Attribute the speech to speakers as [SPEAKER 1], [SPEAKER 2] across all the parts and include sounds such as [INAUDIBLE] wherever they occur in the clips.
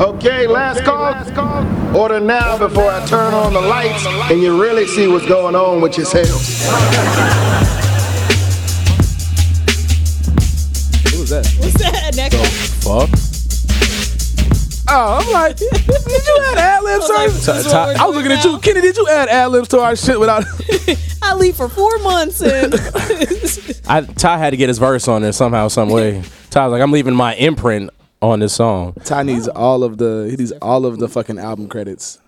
[SPEAKER 1] Okay, last call. Order now before I turn on the lights and you really see what's going on with yourselves.
[SPEAKER 2] What was that?
[SPEAKER 3] What's that? Next.
[SPEAKER 2] Fuck. Oh, I'm like, [LAUGHS] did you add ad libs?
[SPEAKER 3] Well, that's-
[SPEAKER 2] sir?
[SPEAKER 3] that's what we're
[SPEAKER 2] I was looking
[SPEAKER 3] doing
[SPEAKER 2] at you,
[SPEAKER 3] now.
[SPEAKER 2] Kenny. Did you add ad libs to our shit without? [LAUGHS]
[SPEAKER 3] I leave for four months and
[SPEAKER 2] I Ty had to get his verse on there somehow, some [LAUGHS] way. Ty's like, I'm leaving my imprint on this song.
[SPEAKER 4] Ty needs all of the he needs all of the fucking album credits.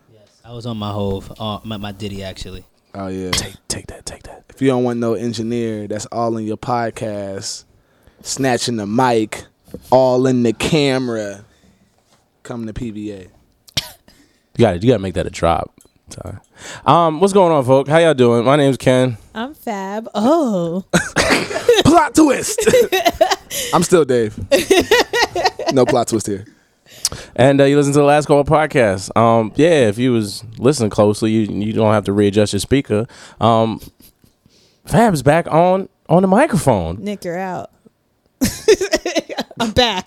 [SPEAKER 5] I was on my Hove, uh, my, my Diddy actually.
[SPEAKER 4] Oh yeah.
[SPEAKER 2] Take, take that, take that.
[SPEAKER 4] If you don't want no engineer, that's all in your podcast, snatching the mic, all in the camera. Come to PVA.
[SPEAKER 2] You got to You got to make that a drop. Ty. Um, what's going on, folk? How y'all doing? My name's Ken.
[SPEAKER 3] I'm fab. Oh,
[SPEAKER 4] Plot twist. I'm still Dave. No plot twist here.
[SPEAKER 2] And uh, you listen to the Last Call podcast. Um, yeah, if you was listening closely, you you don't have to readjust your speaker. Um, Fab's back on on the microphone.
[SPEAKER 3] Nick, you're out. [LAUGHS] I'm back.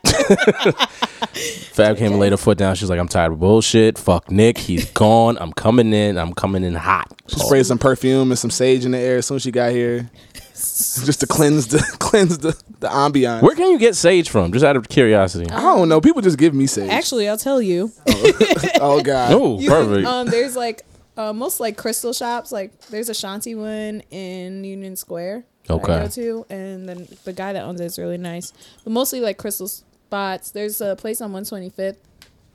[SPEAKER 2] Fab came and laid her foot down. She's like, "I'm tired of bullshit. Fuck Nick.
[SPEAKER 3] [LAUGHS]
[SPEAKER 2] He's gone. I'm coming in. I'm coming in hot." Oh.
[SPEAKER 4] She sprayed some perfume and some sage in the air as soon as she got here, just to cleanse the [LAUGHS] cleanse the the ambiance.
[SPEAKER 2] Where can you get sage from? Just out of curiosity.
[SPEAKER 3] Uh,
[SPEAKER 4] I don't know. People just give me sage.
[SPEAKER 3] Actually, I'll tell you.
[SPEAKER 4] oh god.
[SPEAKER 2] Oh,
[SPEAKER 3] You can,
[SPEAKER 2] perfect.
[SPEAKER 3] um, there's like uh, most like crystal shops. Like there's a Shanti one in Union Square. that I
[SPEAKER 2] Okay.
[SPEAKER 3] go to, and then the guy that owns it is really nice. But mostly like crystal spots. There's a place on 125th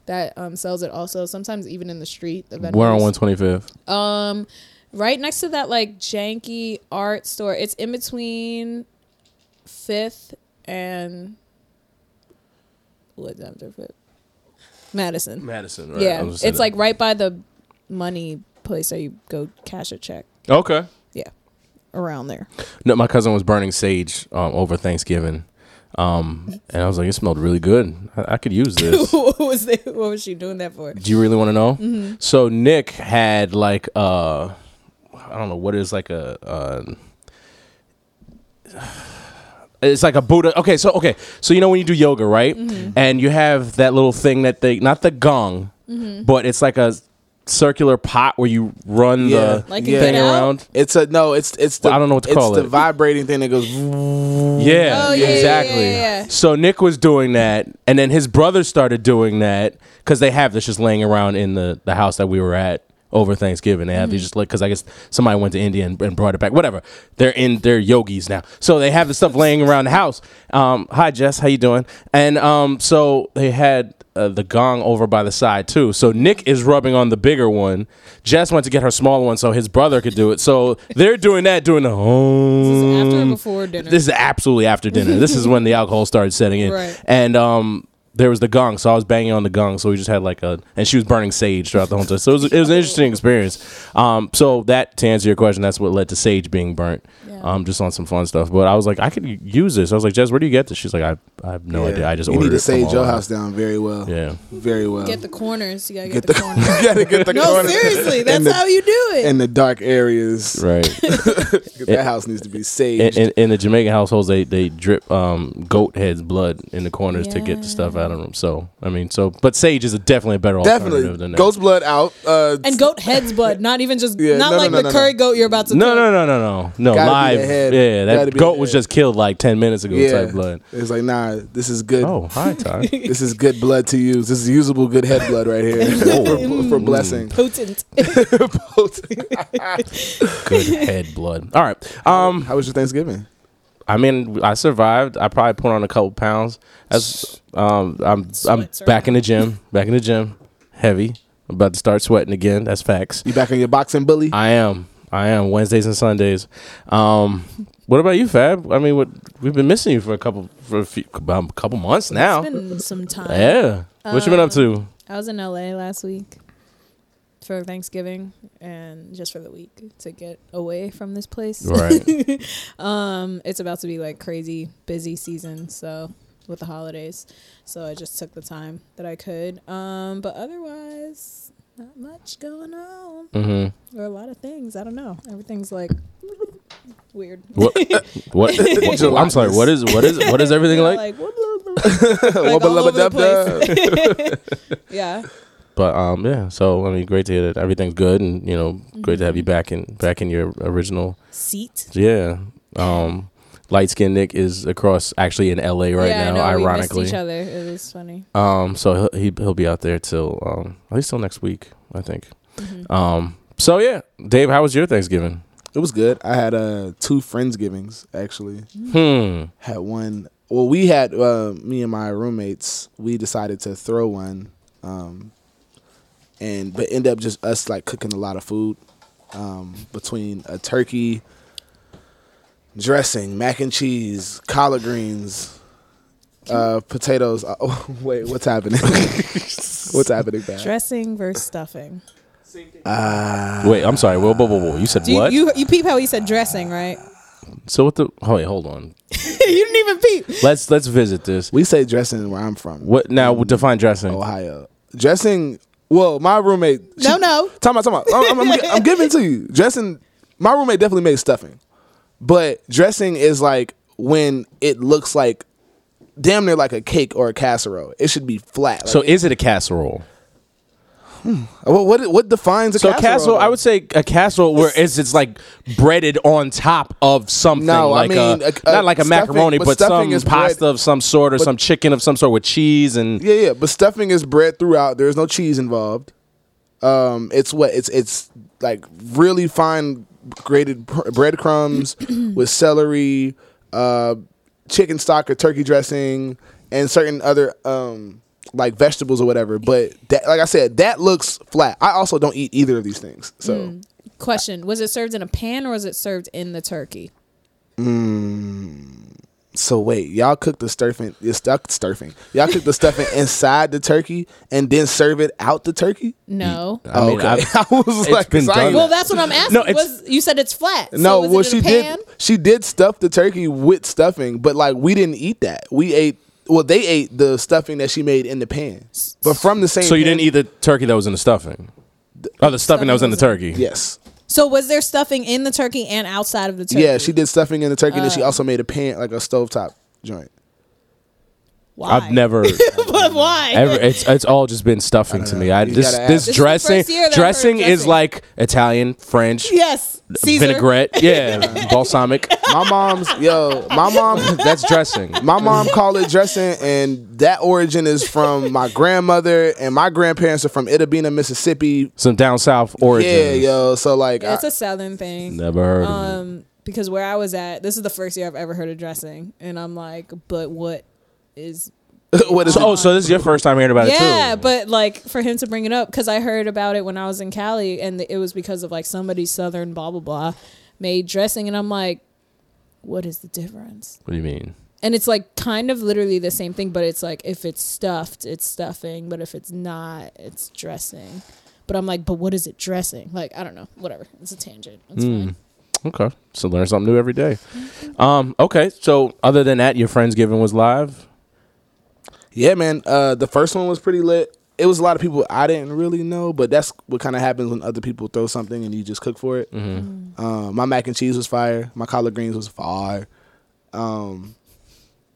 [SPEAKER 3] that um sells it also. Sometimes even in the street. The
[SPEAKER 2] We're on
[SPEAKER 3] vendors.
[SPEAKER 2] 125th.
[SPEAKER 3] Um, right next to that like janky art store. It's in between Fifth and what's after Fifth? Madison.
[SPEAKER 2] Madison.
[SPEAKER 3] yeah, it's like right by the money place that you go cash a check
[SPEAKER 2] okay.
[SPEAKER 3] around there. [LAUGHS]
[SPEAKER 2] No, my cousin was burning sage um, over Thanksgiving, um, and I was like, "It smelled really good. I, I could use
[SPEAKER 3] [LAUGHS]
[SPEAKER 2] this."
[SPEAKER 3] what was they, What Mm-hmm. was she doing that for?
[SPEAKER 2] Do you really want to know? So Nick had like uh, I don't know what is like a. Uh, it's like a Buddha. Okay, so okay, so you know when you do yoga, right?
[SPEAKER 3] Mm-hmm.
[SPEAKER 2] And you have that little thing that they not the gong,
[SPEAKER 3] Mm-hmm.
[SPEAKER 2] but it's like a circular pot where you run
[SPEAKER 4] Yeah.
[SPEAKER 2] the
[SPEAKER 3] Like
[SPEAKER 4] Yeah.
[SPEAKER 3] yeah.
[SPEAKER 2] thing
[SPEAKER 3] get out?
[SPEAKER 2] around.
[SPEAKER 4] It's a no. It's it's the
[SPEAKER 2] Well, I don't know what to
[SPEAKER 4] it's
[SPEAKER 2] call
[SPEAKER 4] the
[SPEAKER 2] it.
[SPEAKER 4] vibrating thing
[SPEAKER 2] [LAUGHS]
[SPEAKER 4] that goes.
[SPEAKER 2] Yeah,
[SPEAKER 3] Oh, yeah, yeah,
[SPEAKER 2] exactly.
[SPEAKER 3] yeah, yeah.
[SPEAKER 2] So Nick was doing that, and then his brother started doing that because they have this just laying around in the, the house that we were at over Thanksgiving. They have
[SPEAKER 3] Mm-hmm.
[SPEAKER 2] these just like because I guess somebody went to India and, and brought it back. Whatever. They're in they're yogis now, so they have the stuff laying around the house. Um, hi Jess, how you doing? And um, so they had. Uh, the gong over by the side too. So Nick is rubbing on the bigger one. Jess went to get her smaller one so his brother could do it. So they're doing that, doing the
[SPEAKER 3] This is after or
[SPEAKER 2] home
[SPEAKER 3] before
[SPEAKER 4] Mm,
[SPEAKER 3] dinner?
[SPEAKER 2] this is absolutely after dinner. this is when the alcohol started setting in.
[SPEAKER 3] Right.
[SPEAKER 2] And um there was the gong, so I was banging on the gong, so we just had like a and she was burning sage throughout the whole time. So it was, it was an interesting experience. Um so that to answer your question, that's what led to sage being burnt.
[SPEAKER 3] Yeah.
[SPEAKER 2] Um just on some fun stuff. But I was like, I could use this. I was like, Jess, where do you get this? She's like, I, I have no idea. I just
[SPEAKER 4] you
[SPEAKER 2] ordered
[SPEAKER 4] need
[SPEAKER 2] it
[SPEAKER 4] to
[SPEAKER 2] from
[SPEAKER 4] sage your
[SPEAKER 2] online.
[SPEAKER 4] house down very well.
[SPEAKER 2] Yeah.
[SPEAKER 4] Very well.
[SPEAKER 3] Get the corners. You gotta get,
[SPEAKER 4] uh, Get
[SPEAKER 3] the,
[SPEAKER 4] the-
[SPEAKER 3] corners.
[SPEAKER 4] [LAUGHS] you gotta [LAUGHS] get the
[SPEAKER 3] no,
[SPEAKER 4] corner.
[SPEAKER 3] seriously, that's
[SPEAKER 4] And the-
[SPEAKER 3] how you do it.
[SPEAKER 4] in the dark areas.
[SPEAKER 2] Right.
[SPEAKER 3] [LAUGHS]
[SPEAKER 4] That house needs to be
[SPEAKER 2] in,
[SPEAKER 4] saged.
[SPEAKER 2] in, in the Jamaican households, they they drip um, goat heads blood in the corners to get the
[SPEAKER 3] Yeah.
[SPEAKER 2] stuff out of them. So I mean, so but sage is a definitely a better alternative
[SPEAKER 4] Definitely.
[SPEAKER 2] than that.
[SPEAKER 4] Ghost blood out. Uh,
[SPEAKER 3] and goat heads, but not even just
[SPEAKER 4] Yeah,
[SPEAKER 3] not
[SPEAKER 4] no, no,
[SPEAKER 3] like
[SPEAKER 4] no,
[SPEAKER 3] the
[SPEAKER 4] no, no.
[SPEAKER 3] curry goat you're about to.
[SPEAKER 2] no,
[SPEAKER 3] cook.
[SPEAKER 2] no, no, no, no, no.
[SPEAKER 4] Gotta be
[SPEAKER 2] Live,
[SPEAKER 4] the head.
[SPEAKER 2] yeah.
[SPEAKER 4] Gotta
[SPEAKER 2] That
[SPEAKER 4] be
[SPEAKER 2] goat
[SPEAKER 4] the
[SPEAKER 2] was
[SPEAKER 4] head.
[SPEAKER 2] just killed like ten minutes ago.
[SPEAKER 4] yeah.
[SPEAKER 2] Type blood.
[SPEAKER 4] It's like nah. This is good.
[SPEAKER 2] Oh, hi, Ty.
[SPEAKER 4] [LAUGHS] This is good blood to use. This is usable good head blood
[SPEAKER 2] [LAUGHS]
[SPEAKER 4] right here [LAUGHS]
[SPEAKER 2] Oh.
[SPEAKER 4] for, for blessing.
[SPEAKER 3] Potent.
[SPEAKER 2] Good head blood. All right. Um,
[SPEAKER 4] How was your Thanksgiving?
[SPEAKER 2] I mean, I survived. I probably put on a couple pounds. As um, I'm I'm
[SPEAKER 3] Sweats are
[SPEAKER 2] back in the gym. Back in the gym. Heavy. I'm about to start sweating again. That's facts.
[SPEAKER 4] You back on your boxing bully?
[SPEAKER 2] I am. I am Wednesdays and Sundays. Um, what about you, Fab? I mean, what we've been missing you for a couple for a few, about a couple months now.
[SPEAKER 3] It's been some time.
[SPEAKER 4] uh,
[SPEAKER 2] yeah. What you
[SPEAKER 4] um,
[SPEAKER 2] been up to?
[SPEAKER 3] I was in LA last week for Thanksgiving and just for the week to get away from this place.
[SPEAKER 2] Right.
[SPEAKER 3] [LAUGHS] um, it's about to be like crazy busy season, so with the holidays. So I just took the time that I could. Um, but otherwise, not much going on.
[SPEAKER 2] hmm
[SPEAKER 3] Or a lot of things. I don't know. Everything's like weird.
[SPEAKER 2] What?
[SPEAKER 3] [LAUGHS]
[SPEAKER 2] What?
[SPEAKER 4] What's your
[SPEAKER 2] I'm sorry. What [LAUGHS] is? What is? What is everything like?
[SPEAKER 3] like, like all
[SPEAKER 4] [LAUGHS] Wubba
[SPEAKER 3] over
[SPEAKER 4] lubba
[SPEAKER 3] the
[SPEAKER 4] dub dub.
[SPEAKER 3] place. [LAUGHS] Yeah.
[SPEAKER 2] But um, yeah. So I mean, great to hear that everything's good, and you know, great to have you back in back in your original.
[SPEAKER 3] Seat.
[SPEAKER 2] Yeah. Um, light skinned Nick is across actually in L.A. right
[SPEAKER 3] yeah,
[SPEAKER 2] now.
[SPEAKER 3] I know, we
[SPEAKER 2] ironically.
[SPEAKER 3] missed each other. It was funny.
[SPEAKER 2] Um, so he'll, he- he'll be out there till um, at least till next week, I think.
[SPEAKER 3] Mm-hmm.
[SPEAKER 2] Um, so yeah, Dave, how was your Thanksgiving?
[SPEAKER 4] [LAUGHS] It was good. I had uh two friendsgivings actually.
[SPEAKER 2] Hmm.
[SPEAKER 4] Had one. Well, we had uh, me and my roommates. We decided to throw one, um, and but end up just us like cooking a lot of food um, between a turkey dressing, mac and cheese, collard greens. Uh, potatoes. [LAUGHS] Uh, oh, wait, what's happening? [LAUGHS] what's happening? Back?
[SPEAKER 3] Dressing versus stuffing.
[SPEAKER 2] Wait, I'm sorry. Whoa, whoa, whoa, whoa. You said
[SPEAKER 3] Do you,
[SPEAKER 2] what?
[SPEAKER 3] you you peep how he said dressing, right?
[SPEAKER 2] so what the? Oh, wait, hold on.
[SPEAKER 3] [LAUGHS] you didn't even peep.
[SPEAKER 2] Let's let's visit this.
[SPEAKER 4] We say dressing where I'm from.
[SPEAKER 2] What now? Define dressing.
[SPEAKER 4] Ohio. Dressing. Well, my roommate. she-
[SPEAKER 3] No, no.
[SPEAKER 4] Time out. Time out. I'm,
[SPEAKER 3] [LAUGHS]
[SPEAKER 4] I'm, I'm, gi- I'm giving to you. Dressing. My roommate definitely made stuffing, but dressing is like when it looks like damn near like a cake or a casserole. It should be flat.
[SPEAKER 2] So
[SPEAKER 4] so
[SPEAKER 2] is it a casserole?
[SPEAKER 4] what what, what defines a
[SPEAKER 2] So
[SPEAKER 4] casserole?
[SPEAKER 2] casserole, I would say a casserole where it's it's like breaded on top of something.
[SPEAKER 4] No, I
[SPEAKER 2] like a-
[SPEAKER 4] mean, a- a
[SPEAKER 2] not like a
[SPEAKER 4] stuffing-
[SPEAKER 2] macaroni,
[SPEAKER 4] but
[SPEAKER 2] but,
[SPEAKER 4] stuffing
[SPEAKER 2] some
[SPEAKER 4] is bread-
[SPEAKER 2] pasta of some sort or some chicken of some sort with cheese and
[SPEAKER 4] Yeah, yeah. But stuffing is bread throughout. There's no cheese involved. Um, it's what it's it's like really fine grated pr- breadcrumbs with celery, uh, chicken stock or turkey dressing, and certain other um like vegetables or whatever. But that, like I said, that looks flat. I also don't eat either of these things. So
[SPEAKER 3] Question: Was it served in a pan or was it served in the turkey?
[SPEAKER 4] so wait, y'all cook the stuffing, you stuck stuffing. Y'all cook the stuffing inside the turkey and then serve it out the turkey.
[SPEAKER 3] No.
[SPEAKER 2] I mean,
[SPEAKER 4] okay,
[SPEAKER 2] I've-
[SPEAKER 4] [LAUGHS] I was
[SPEAKER 2] it's
[SPEAKER 4] like,
[SPEAKER 2] been
[SPEAKER 4] 'cause I
[SPEAKER 2] done.
[SPEAKER 4] ain't-
[SPEAKER 3] Well, that's what I'm asking.
[SPEAKER 2] No, it's-
[SPEAKER 3] was, you said it's flat. So
[SPEAKER 4] No,
[SPEAKER 3] was
[SPEAKER 4] well
[SPEAKER 3] it in
[SPEAKER 4] she
[SPEAKER 3] a pan?
[SPEAKER 4] did she did stuff the turkey with stuffing, but like we didn't eat that. We ate well they ate the stuffing that she made in the pan. But from the same
[SPEAKER 2] So you
[SPEAKER 4] pan-
[SPEAKER 2] didn't eat the turkey that was in the stuffing. Oh, the stuffing that was in the turkey.
[SPEAKER 4] Yes.
[SPEAKER 3] So was there stuffing in the turkey and outside of the turkey? Uh.
[SPEAKER 4] Yeah, she did stuffing in the turkey and then she also made a pan like a stovetop joint.
[SPEAKER 3] Why?
[SPEAKER 2] I've
[SPEAKER 4] [LAUGHS]
[SPEAKER 2] never
[SPEAKER 3] [LAUGHS] but why?
[SPEAKER 2] ever. It's it's all just been stuffing to me. I
[SPEAKER 4] You
[SPEAKER 2] this
[SPEAKER 4] gotta ask.
[SPEAKER 2] this
[SPEAKER 4] This is
[SPEAKER 3] the first
[SPEAKER 2] dressing
[SPEAKER 3] year that I've heard
[SPEAKER 2] dressing is
[SPEAKER 3] dressing.
[SPEAKER 2] like Italian, French,
[SPEAKER 3] yes, [LAUGHS] Caesar.
[SPEAKER 2] vinaigrette,
[SPEAKER 3] [LAUGHS]
[SPEAKER 2] yeah, balsamic.
[SPEAKER 4] My mom's yo, my mom
[SPEAKER 2] That's dressing.
[SPEAKER 4] my mom called it dressing and that origin is from my grandmother and my grandparents are from Itabena, Mississippi.
[SPEAKER 2] Some down south origins.
[SPEAKER 4] Yeah, yo. So like
[SPEAKER 3] Yeah, it's
[SPEAKER 4] I-
[SPEAKER 3] a southern thing.
[SPEAKER 2] Never heard of it.
[SPEAKER 3] Um, because where I was at, this is the first year I've ever heard of dressing, and I'm like, but what is?
[SPEAKER 4] [LAUGHS] what is
[SPEAKER 2] So, oh, so this is your first time hearing about it too.
[SPEAKER 3] Yeah, but like for him to bring it up, because I heard about it when I was in Cali, and it was because of like somebody southern blah blah blah made dressing, and I'm like, what is the difference?
[SPEAKER 2] What do you mean?
[SPEAKER 3] and it's like kind of literally the same thing but it's like if it's stuffed it's stuffing but if it's not it's dressing but i'm like but what is it dressing like i don't know whatever it's a tangent it's fine
[SPEAKER 2] Okay, so learn something new every day. Um, okay, so other than that, your friendsgiving was live.
[SPEAKER 4] Yeah, man. Uh, the first one was pretty lit. It was a lot of people I didn't really know, but that's what kind of happens when other people throw something and you just cook for it. Uh, my mac and cheese was fire. My collard greens was fire. Um,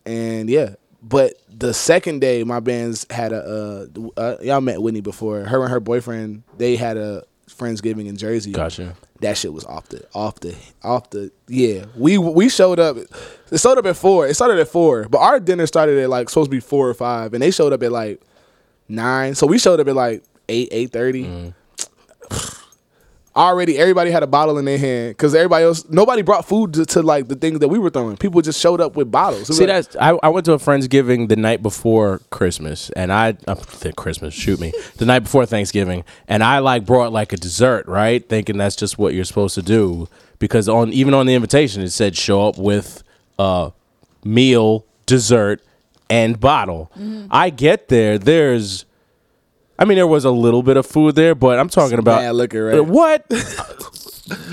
[SPEAKER 4] and yeah, but the second day, my bands had a. Uh, uh, y'all met Whitney before. Her and her boyfriend they had a friendsgiving in Jersey.
[SPEAKER 2] Gotcha.
[SPEAKER 4] That shit was off the off the off the yeah. We we showed up. It showed up at four. It started at four, but our dinner started at like supposed to be four or five, and they showed up at like nine. So we showed up at like eight eight thirty.
[SPEAKER 2] Mm-hmm.
[SPEAKER 4] [SIGHS] Already, everybody had a bottle in their hand because everybody else, nobody brought food to, to like the things that we were throwing. People just showed up with bottles. We
[SPEAKER 2] See,
[SPEAKER 4] were like,
[SPEAKER 2] that's I, I went to a friendsgiving the night before Christmas, and I uh, th- Christmas shoot me the night before Thanksgiving, and I like brought like a dessert, right? Thinking that's just what you're supposed to do because on even on the invitation it said show up with a meal, dessert, and bottle.
[SPEAKER 4] Mm-hmm.
[SPEAKER 2] I get there, there's. I mean, there was a little bit of food there, but I'm talking about
[SPEAKER 4] mad liquor, right? [LAUGHS]
[SPEAKER 2] What?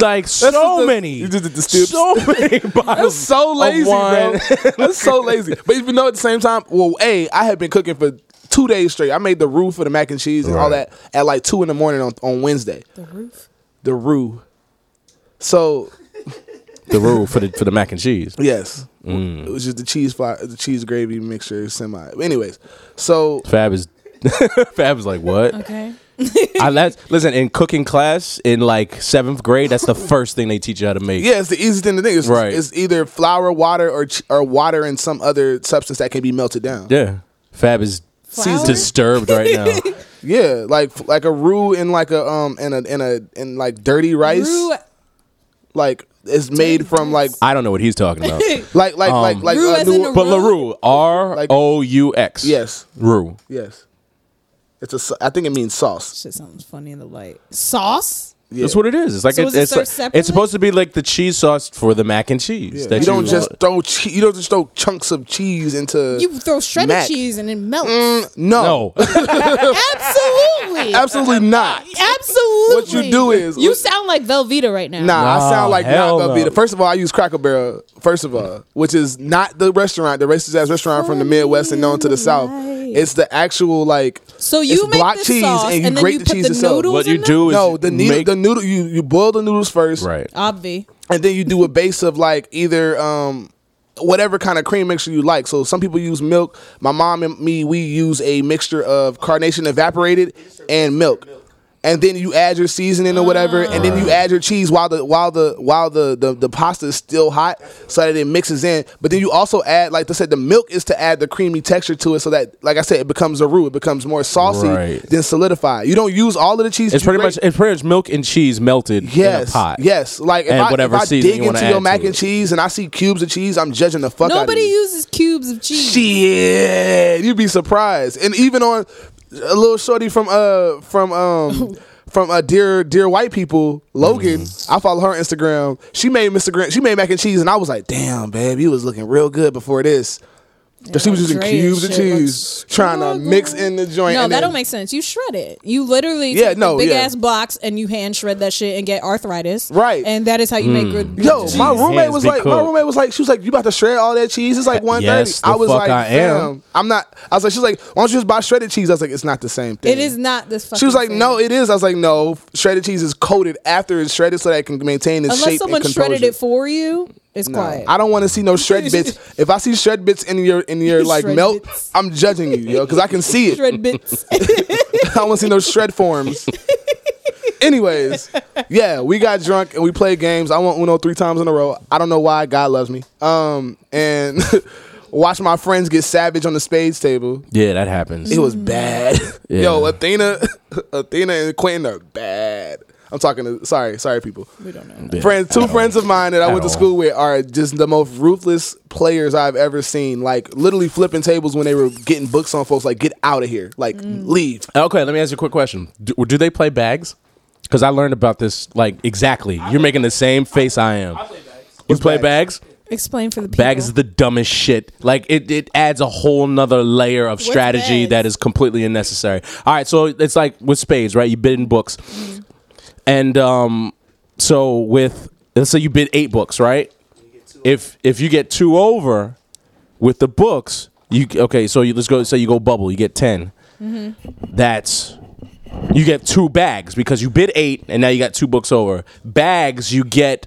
[SPEAKER 2] like so
[SPEAKER 4] just the-
[SPEAKER 2] many,
[SPEAKER 4] you just did the stoops.
[SPEAKER 2] so many bottles.
[SPEAKER 4] [LAUGHS] That's so
[SPEAKER 2] of
[SPEAKER 4] lazy,
[SPEAKER 2] wine.
[SPEAKER 4] bro. That's so lazy. But you know, at the same time, well, a I had been cooking for two days straight. I made the roux for the mac and cheese and all
[SPEAKER 2] Right.
[SPEAKER 4] that at like two in the morning on, on Wednesday.
[SPEAKER 3] the roof
[SPEAKER 4] The roux. So
[SPEAKER 2] the rule for the for the mac and cheese.
[SPEAKER 4] yes,
[SPEAKER 2] Mm.
[SPEAKER 4] it was just the cheese fly, the cheese gravy mixture semi. Anyways, so
[SPEAKER 2] Fab is [LAUGHS] Fab was like, "What?"
[SPEAKER 3] Okay.
[SPEAKER 2] I that's, listen in cooking class in like seventh grade. That's the first thing they teach you how to make.
[SPEAKER 4] Yeah, it's the easiest thing to think. It's,
[SPEAKER 2] Right.
[SPEAKER 4] it's either flour, water, or ch- or water and some other substance that can be melted down.
[SPEAKER 2] yeah. Fab is
[SPEAKER 3] Flour?
[SPEAKER 2] disturbed right
[SPEAKER 3] [LAUGHS]
[SPEAKER 2] now.
[SPEAKER 4] Yeah, like like a roux in like a um in a in a in like dirty rice,
[SPEAKER 3] Rue,
[SPEAKER 4] like it's made from like
[SPEAKER 2] I don't know what he's talking
[SPEAKER 3] [LAUGHS]
[SPEAKER 2] about.
[SPEAKER 4] like like like like
[SPEAKER 3] Roux as in a
[SPEAKER 2] But
[SPEAKER 3] Rue?
[SPEAKER 2] Larue, R O U X.
[SPEAKER 4] yes
[SPEAKER 2] Rue.
[SPEAKER 4] yes, it's a s- I think it means sauce.
[SPEAKER 3] shit sounds funny in the light. Sauce?
[SPEAKER 4] Yeah.
[SPEAKER 2] That's what it is. It's like
[SPEAKER 3] So
[SPEAKER 2] it-
[SPEAKER 3] is it
[SPEAKER 2] it's
[SPEAKER 3] served
[SPEAKER 2] like-
[SPEAKER 3] separately?
[SPEAKER 2] it's supposed to be like the cheese sauce for the mac and cheese.
[SPEAKER 4] Yeah.
[SPEAKER 2] That
[SPEAKER 4] You don't just throw che- you don't just throw chunks of cheese into
[SPEAKER 3] You throw shredded
[SPEAKER 4] Mac. Mm.
[SPEAKER 3] cheese and it melts.
[SPEAKER 4] [LAUGHS] no,
[SPEAKER 2] no. That's
[SPEAKER 3] Absolutely.
[SPEAKER 4] absolutely not.
[SPEAKER 3] Absolutely.
[SPEAKER 4] What you do is-
[SPEAKER 3] you sound like Velveeta right now.
[SPEAKER 4] Nah, I sound like
[SPEAKER 2] hell
[SPEAKER 4] not gonna be
[SPEAKER 2] no.
[SPEAKER 4] the first of all. I use Cracker Barrel. First of all, which is not the restaurant, the racist ass restaurant from the Midwest and known to the South. It's the actual like.
[SPEAKER 3] So
[SPEAKER 4] it's
[SPEAKER 3] you make
[SPEAKER 4] block
[SPEAKER 3] the sauce and, then you put the
[SPEAKER 4] itself.
[SPEAKER 3] noodles.
[SPEAKER 2] What
[SPEAKER 3] in
[SPEAKER 2] you
[SPEAKER 3] there?
[SPEAKER 2] do is
[SPEAKER 4] No, the needle,
[SPEAKER 2] make-
[SPEAKER 4] the noodle. You you boil the noodles first,
[SPEAKER 2] right.
[SPEAKER 3] Obvi.
[SPEAKER 4] And then you do a base of like either um whatever kind of cream mixture you like. So some people use milk. My mom and me we use a mixture of carnation evaporated and milk. And then you add your seasoning or whatever, and then you add your cheese while the while the while the, the the pasta is still hot, so that it mixes in. But then you also add, like I said, the milk is to add the creamy texture to it, so that, like I said, it becomes a roux. It becomes more saucy
[SPEAKER 2] Right.
[SPEAKER 4] than solidified. You don't use all of the cheese.
[SPEAKER 2] It's
[SPEAKER 4] you
[SPEAKER 2] pretty
[SPEAKER 4] grate-
[SPEAKER 2] much it's pretty much milk and cheese melted in
[SPEAKER 4] Yes.
[SPEAKER 2] a pot.
[SPEAKER 4] Yes. Like if
[SPEAKER 2] And
[SPEAKER 4] I,
[SPEAKER 2] whatever
[SPEAKER 4] if I
[SPEAKER 2] seasoning
[SPEAKER 4] dig
[SPEAKER 2] you wanna
[SPEAKER 4] into
[SPEAKER 2] add
[SPEAKER 4] your mac
[SPEAKER 2] to
[SPEAKER 4] and
[SPEAKER 2] it.
[SPEAKER 4] cheese and I see cubes of cheese, I'm judging the fuck
[SPEAKER 3] Nobody
[SPEAKER 4] out of you.
[SPEAKER 3] uses cubes of cheese.
[SPEAKER 4] Shit, you'd be surprised. And even on a little shorty from uh
[SPEAKER 3] [LAUGHS]
[SPEAKER 4] from um from uh dear dear white people Logan,
[SPEAKER 2] Mm-hmm.
[SPEAKER 4] I follow her Instagram. She made Mr. Grant. She made mac and cheese, and I was like, damn, babe, you was looking real good before this. But she was using
[SPEAKER 3] Dre and
[SPEAKER 4] cubes of
[SPEAKER 3] shit, like,
[SPEAKER 4] cheese, trying to mix in the joint.
[SPEAKER 3] No,
[SPEAKER 4] and
[SPEAKER 3] that
[SPEAKER 4] then-
[SPEAKER 3] don't make sense. You shred it. You literally
[SPEAKER 4] Yeah,
[SPEAKER 3] take
[SPEAKER 4] no,
[SPEAKER 3] big
[SPEAKER 4] yeah.
[SPEAKER 3] ass blocks and you hand shred that shit and get arthritis.
[SPEAKER 4] Right.
[SPEAKER 3] And that is how you make good.
[SPEAKER 4] Yo,
[SPEAKER 3] cheese.
[SPEAKER 4] my roommate
[SPEAKER 2] Hands
[SPEAKER 4] was
[SPEAKER 2] be
[SPEAKER 4] like, my
[SPEAKER 2] cooked.
[SPEAKER 4] roommate was like, she was like, you about to shred all that cheese? It's like one thirty.
[SPEAKER 2] Yes, the
[SPEAKER 4] I was
[SPEAKER 2] fuck
[SPEAKER 4] like,
[SPEAKER 2] I am.
[SPEAKER 4] "Fam, I'm not. I was like, she's like, why don't you just buy shredded cheese? I was like, it's not the same thing.
[SPEAKER 3] It is not this fucking
[SPEAKER 4] She was like,
[SPEAKER 3] thing.
[SPEAKER 4] no, it is. I was like, no, shredded cheese is coated after it's shredded so that it can maintain its
[SPEAKER 3] Unless
[SPEAKER 4] shape
[SPEAKER 3] someone
[SPEAKER 4] and composure.
[SPEAKER 3] shredded it for you, it's quiet.
[SPEAKER 4] I don't want to see no shred
[SPEAKER 3] [LAUGHS]
[SPEAKER 4] bits. If I see shred bits in your in your like
[SPEAKER 3] Shred
[SPEAKER 4] melt,
[SPEAKER 3] bits.
[SPEAKER 4] I'm judging you, yo, because I can see it.
[SPEAKER 3] shred
[SPEAKER 4] [LAUGHS]
[SPEAKER 3] bits.
[SPEAKER 4] I don't want to see no
[SPEAKER 3] [LAUGHS]
[SPEAKER 4] shred forms. Anyways, yeah, we got drunk and we played games. I won Uno three times in a row. I don't know why. God loves me. Um, and [LAUGHS] watch my friends get savage on the spades table.
[SPEAKER 2] Yeah, that happens.
[SPEAKER 4] It
[SPEAKER 3] Mm.
[SPEAKER 4] was bad.
[SPEAKER 2] Yeah.
[SPEAKER 4] Yo, Athena, [LAUGHS] Athena and Quentin are bad. I'm talking to sorry, sorry people.
[SPEAKER 3] we don't know.
[SPEAKER 2] Yeah.
[SPEAKER 4] Friends, two friends of mine that I
[SPEAKER 2] At
[SPEAKER 4] went to
[SPEAKER 2] all.
[SPEAKER 4] school with are just the most ruthless players I've ever seen. Like literally flipping tables when they were getting books on folks. Like get out of here. Like
[SPEAKER 3] Mm.
[SPEAKER 4] leave.
[SPEAKER 2] Okay, let me ask you a quick question. Do, do they play bags? Because I learned about this like exactly. You're making the same face I am. You play bags?
[SPEAKER 3] Explain for the people.
[SPEAKER 2] Bags is the dumbest shit. Like it, it adds a whole nother layer of strategy
[SPEAKER 3] bags?
[SPEAKER 2] that is completely unnecessary. All right, so it's like with spades, right? You bid in books, and um, so with let's say you bid eight books, right? If if you get two over with the books, you okay? So you, let's go. Say you go bubble, you get 10
[SPEAKER 3] Mm-hmm.
[SPEAKER 2] That's you get two bags because you bid eight, and now you got two books over. Bags, you get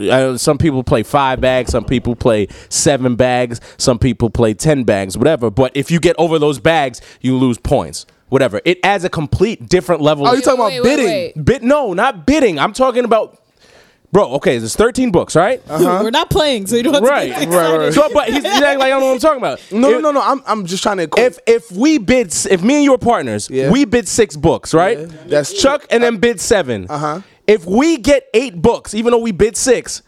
[SPEAKER 2] uh, some people play five bags, some people play seven bags, some people play ten bags, whatever. But if you get over those bags, you lose points. Whatever. It adds a complete different level.
[SPEAKER 4] Oh,
[SPEAKER 2] of
[SPEAKER 4] you talking about
[SPEAKER 3] Wait, wait,
[SPEAKER 4] bidding?
[SPEAKER 3] wait.
[SPEAKER 2] Bid no, not bidding. I'm talking about Bro, okay, there's 13 books, right?
[SPEAKER 4] Uh-huh.
[SPEAKER 3] We're not playing, so you don't have
[SPEAKER 2] Right,
[SPEAKER 3] to get
[SPEAKER 4] right,
[SPEAKER 3] excited.
[SPEAKER 4] right.
[SPEAKER 2] So, but he's, he's acting like I don't know what I'm talking about.
[SPEAKER 4] No,
[SPEAKER 2] If-
[SPEAKER 4] no, no, no. I'm, I'm just trying to. equate-
[SPEAKER 2] If if we bid, s- if me and you were partners,
[SPEAKER 4] Yeah.
[SPEAKER 2] we bid six books, right?
[SPEAKER 4] Yeah, that's true. Uh-huh.
[SPEAKER 2] Chuck and then bid seven. Uh huh. If we get eight books, even though we bid six,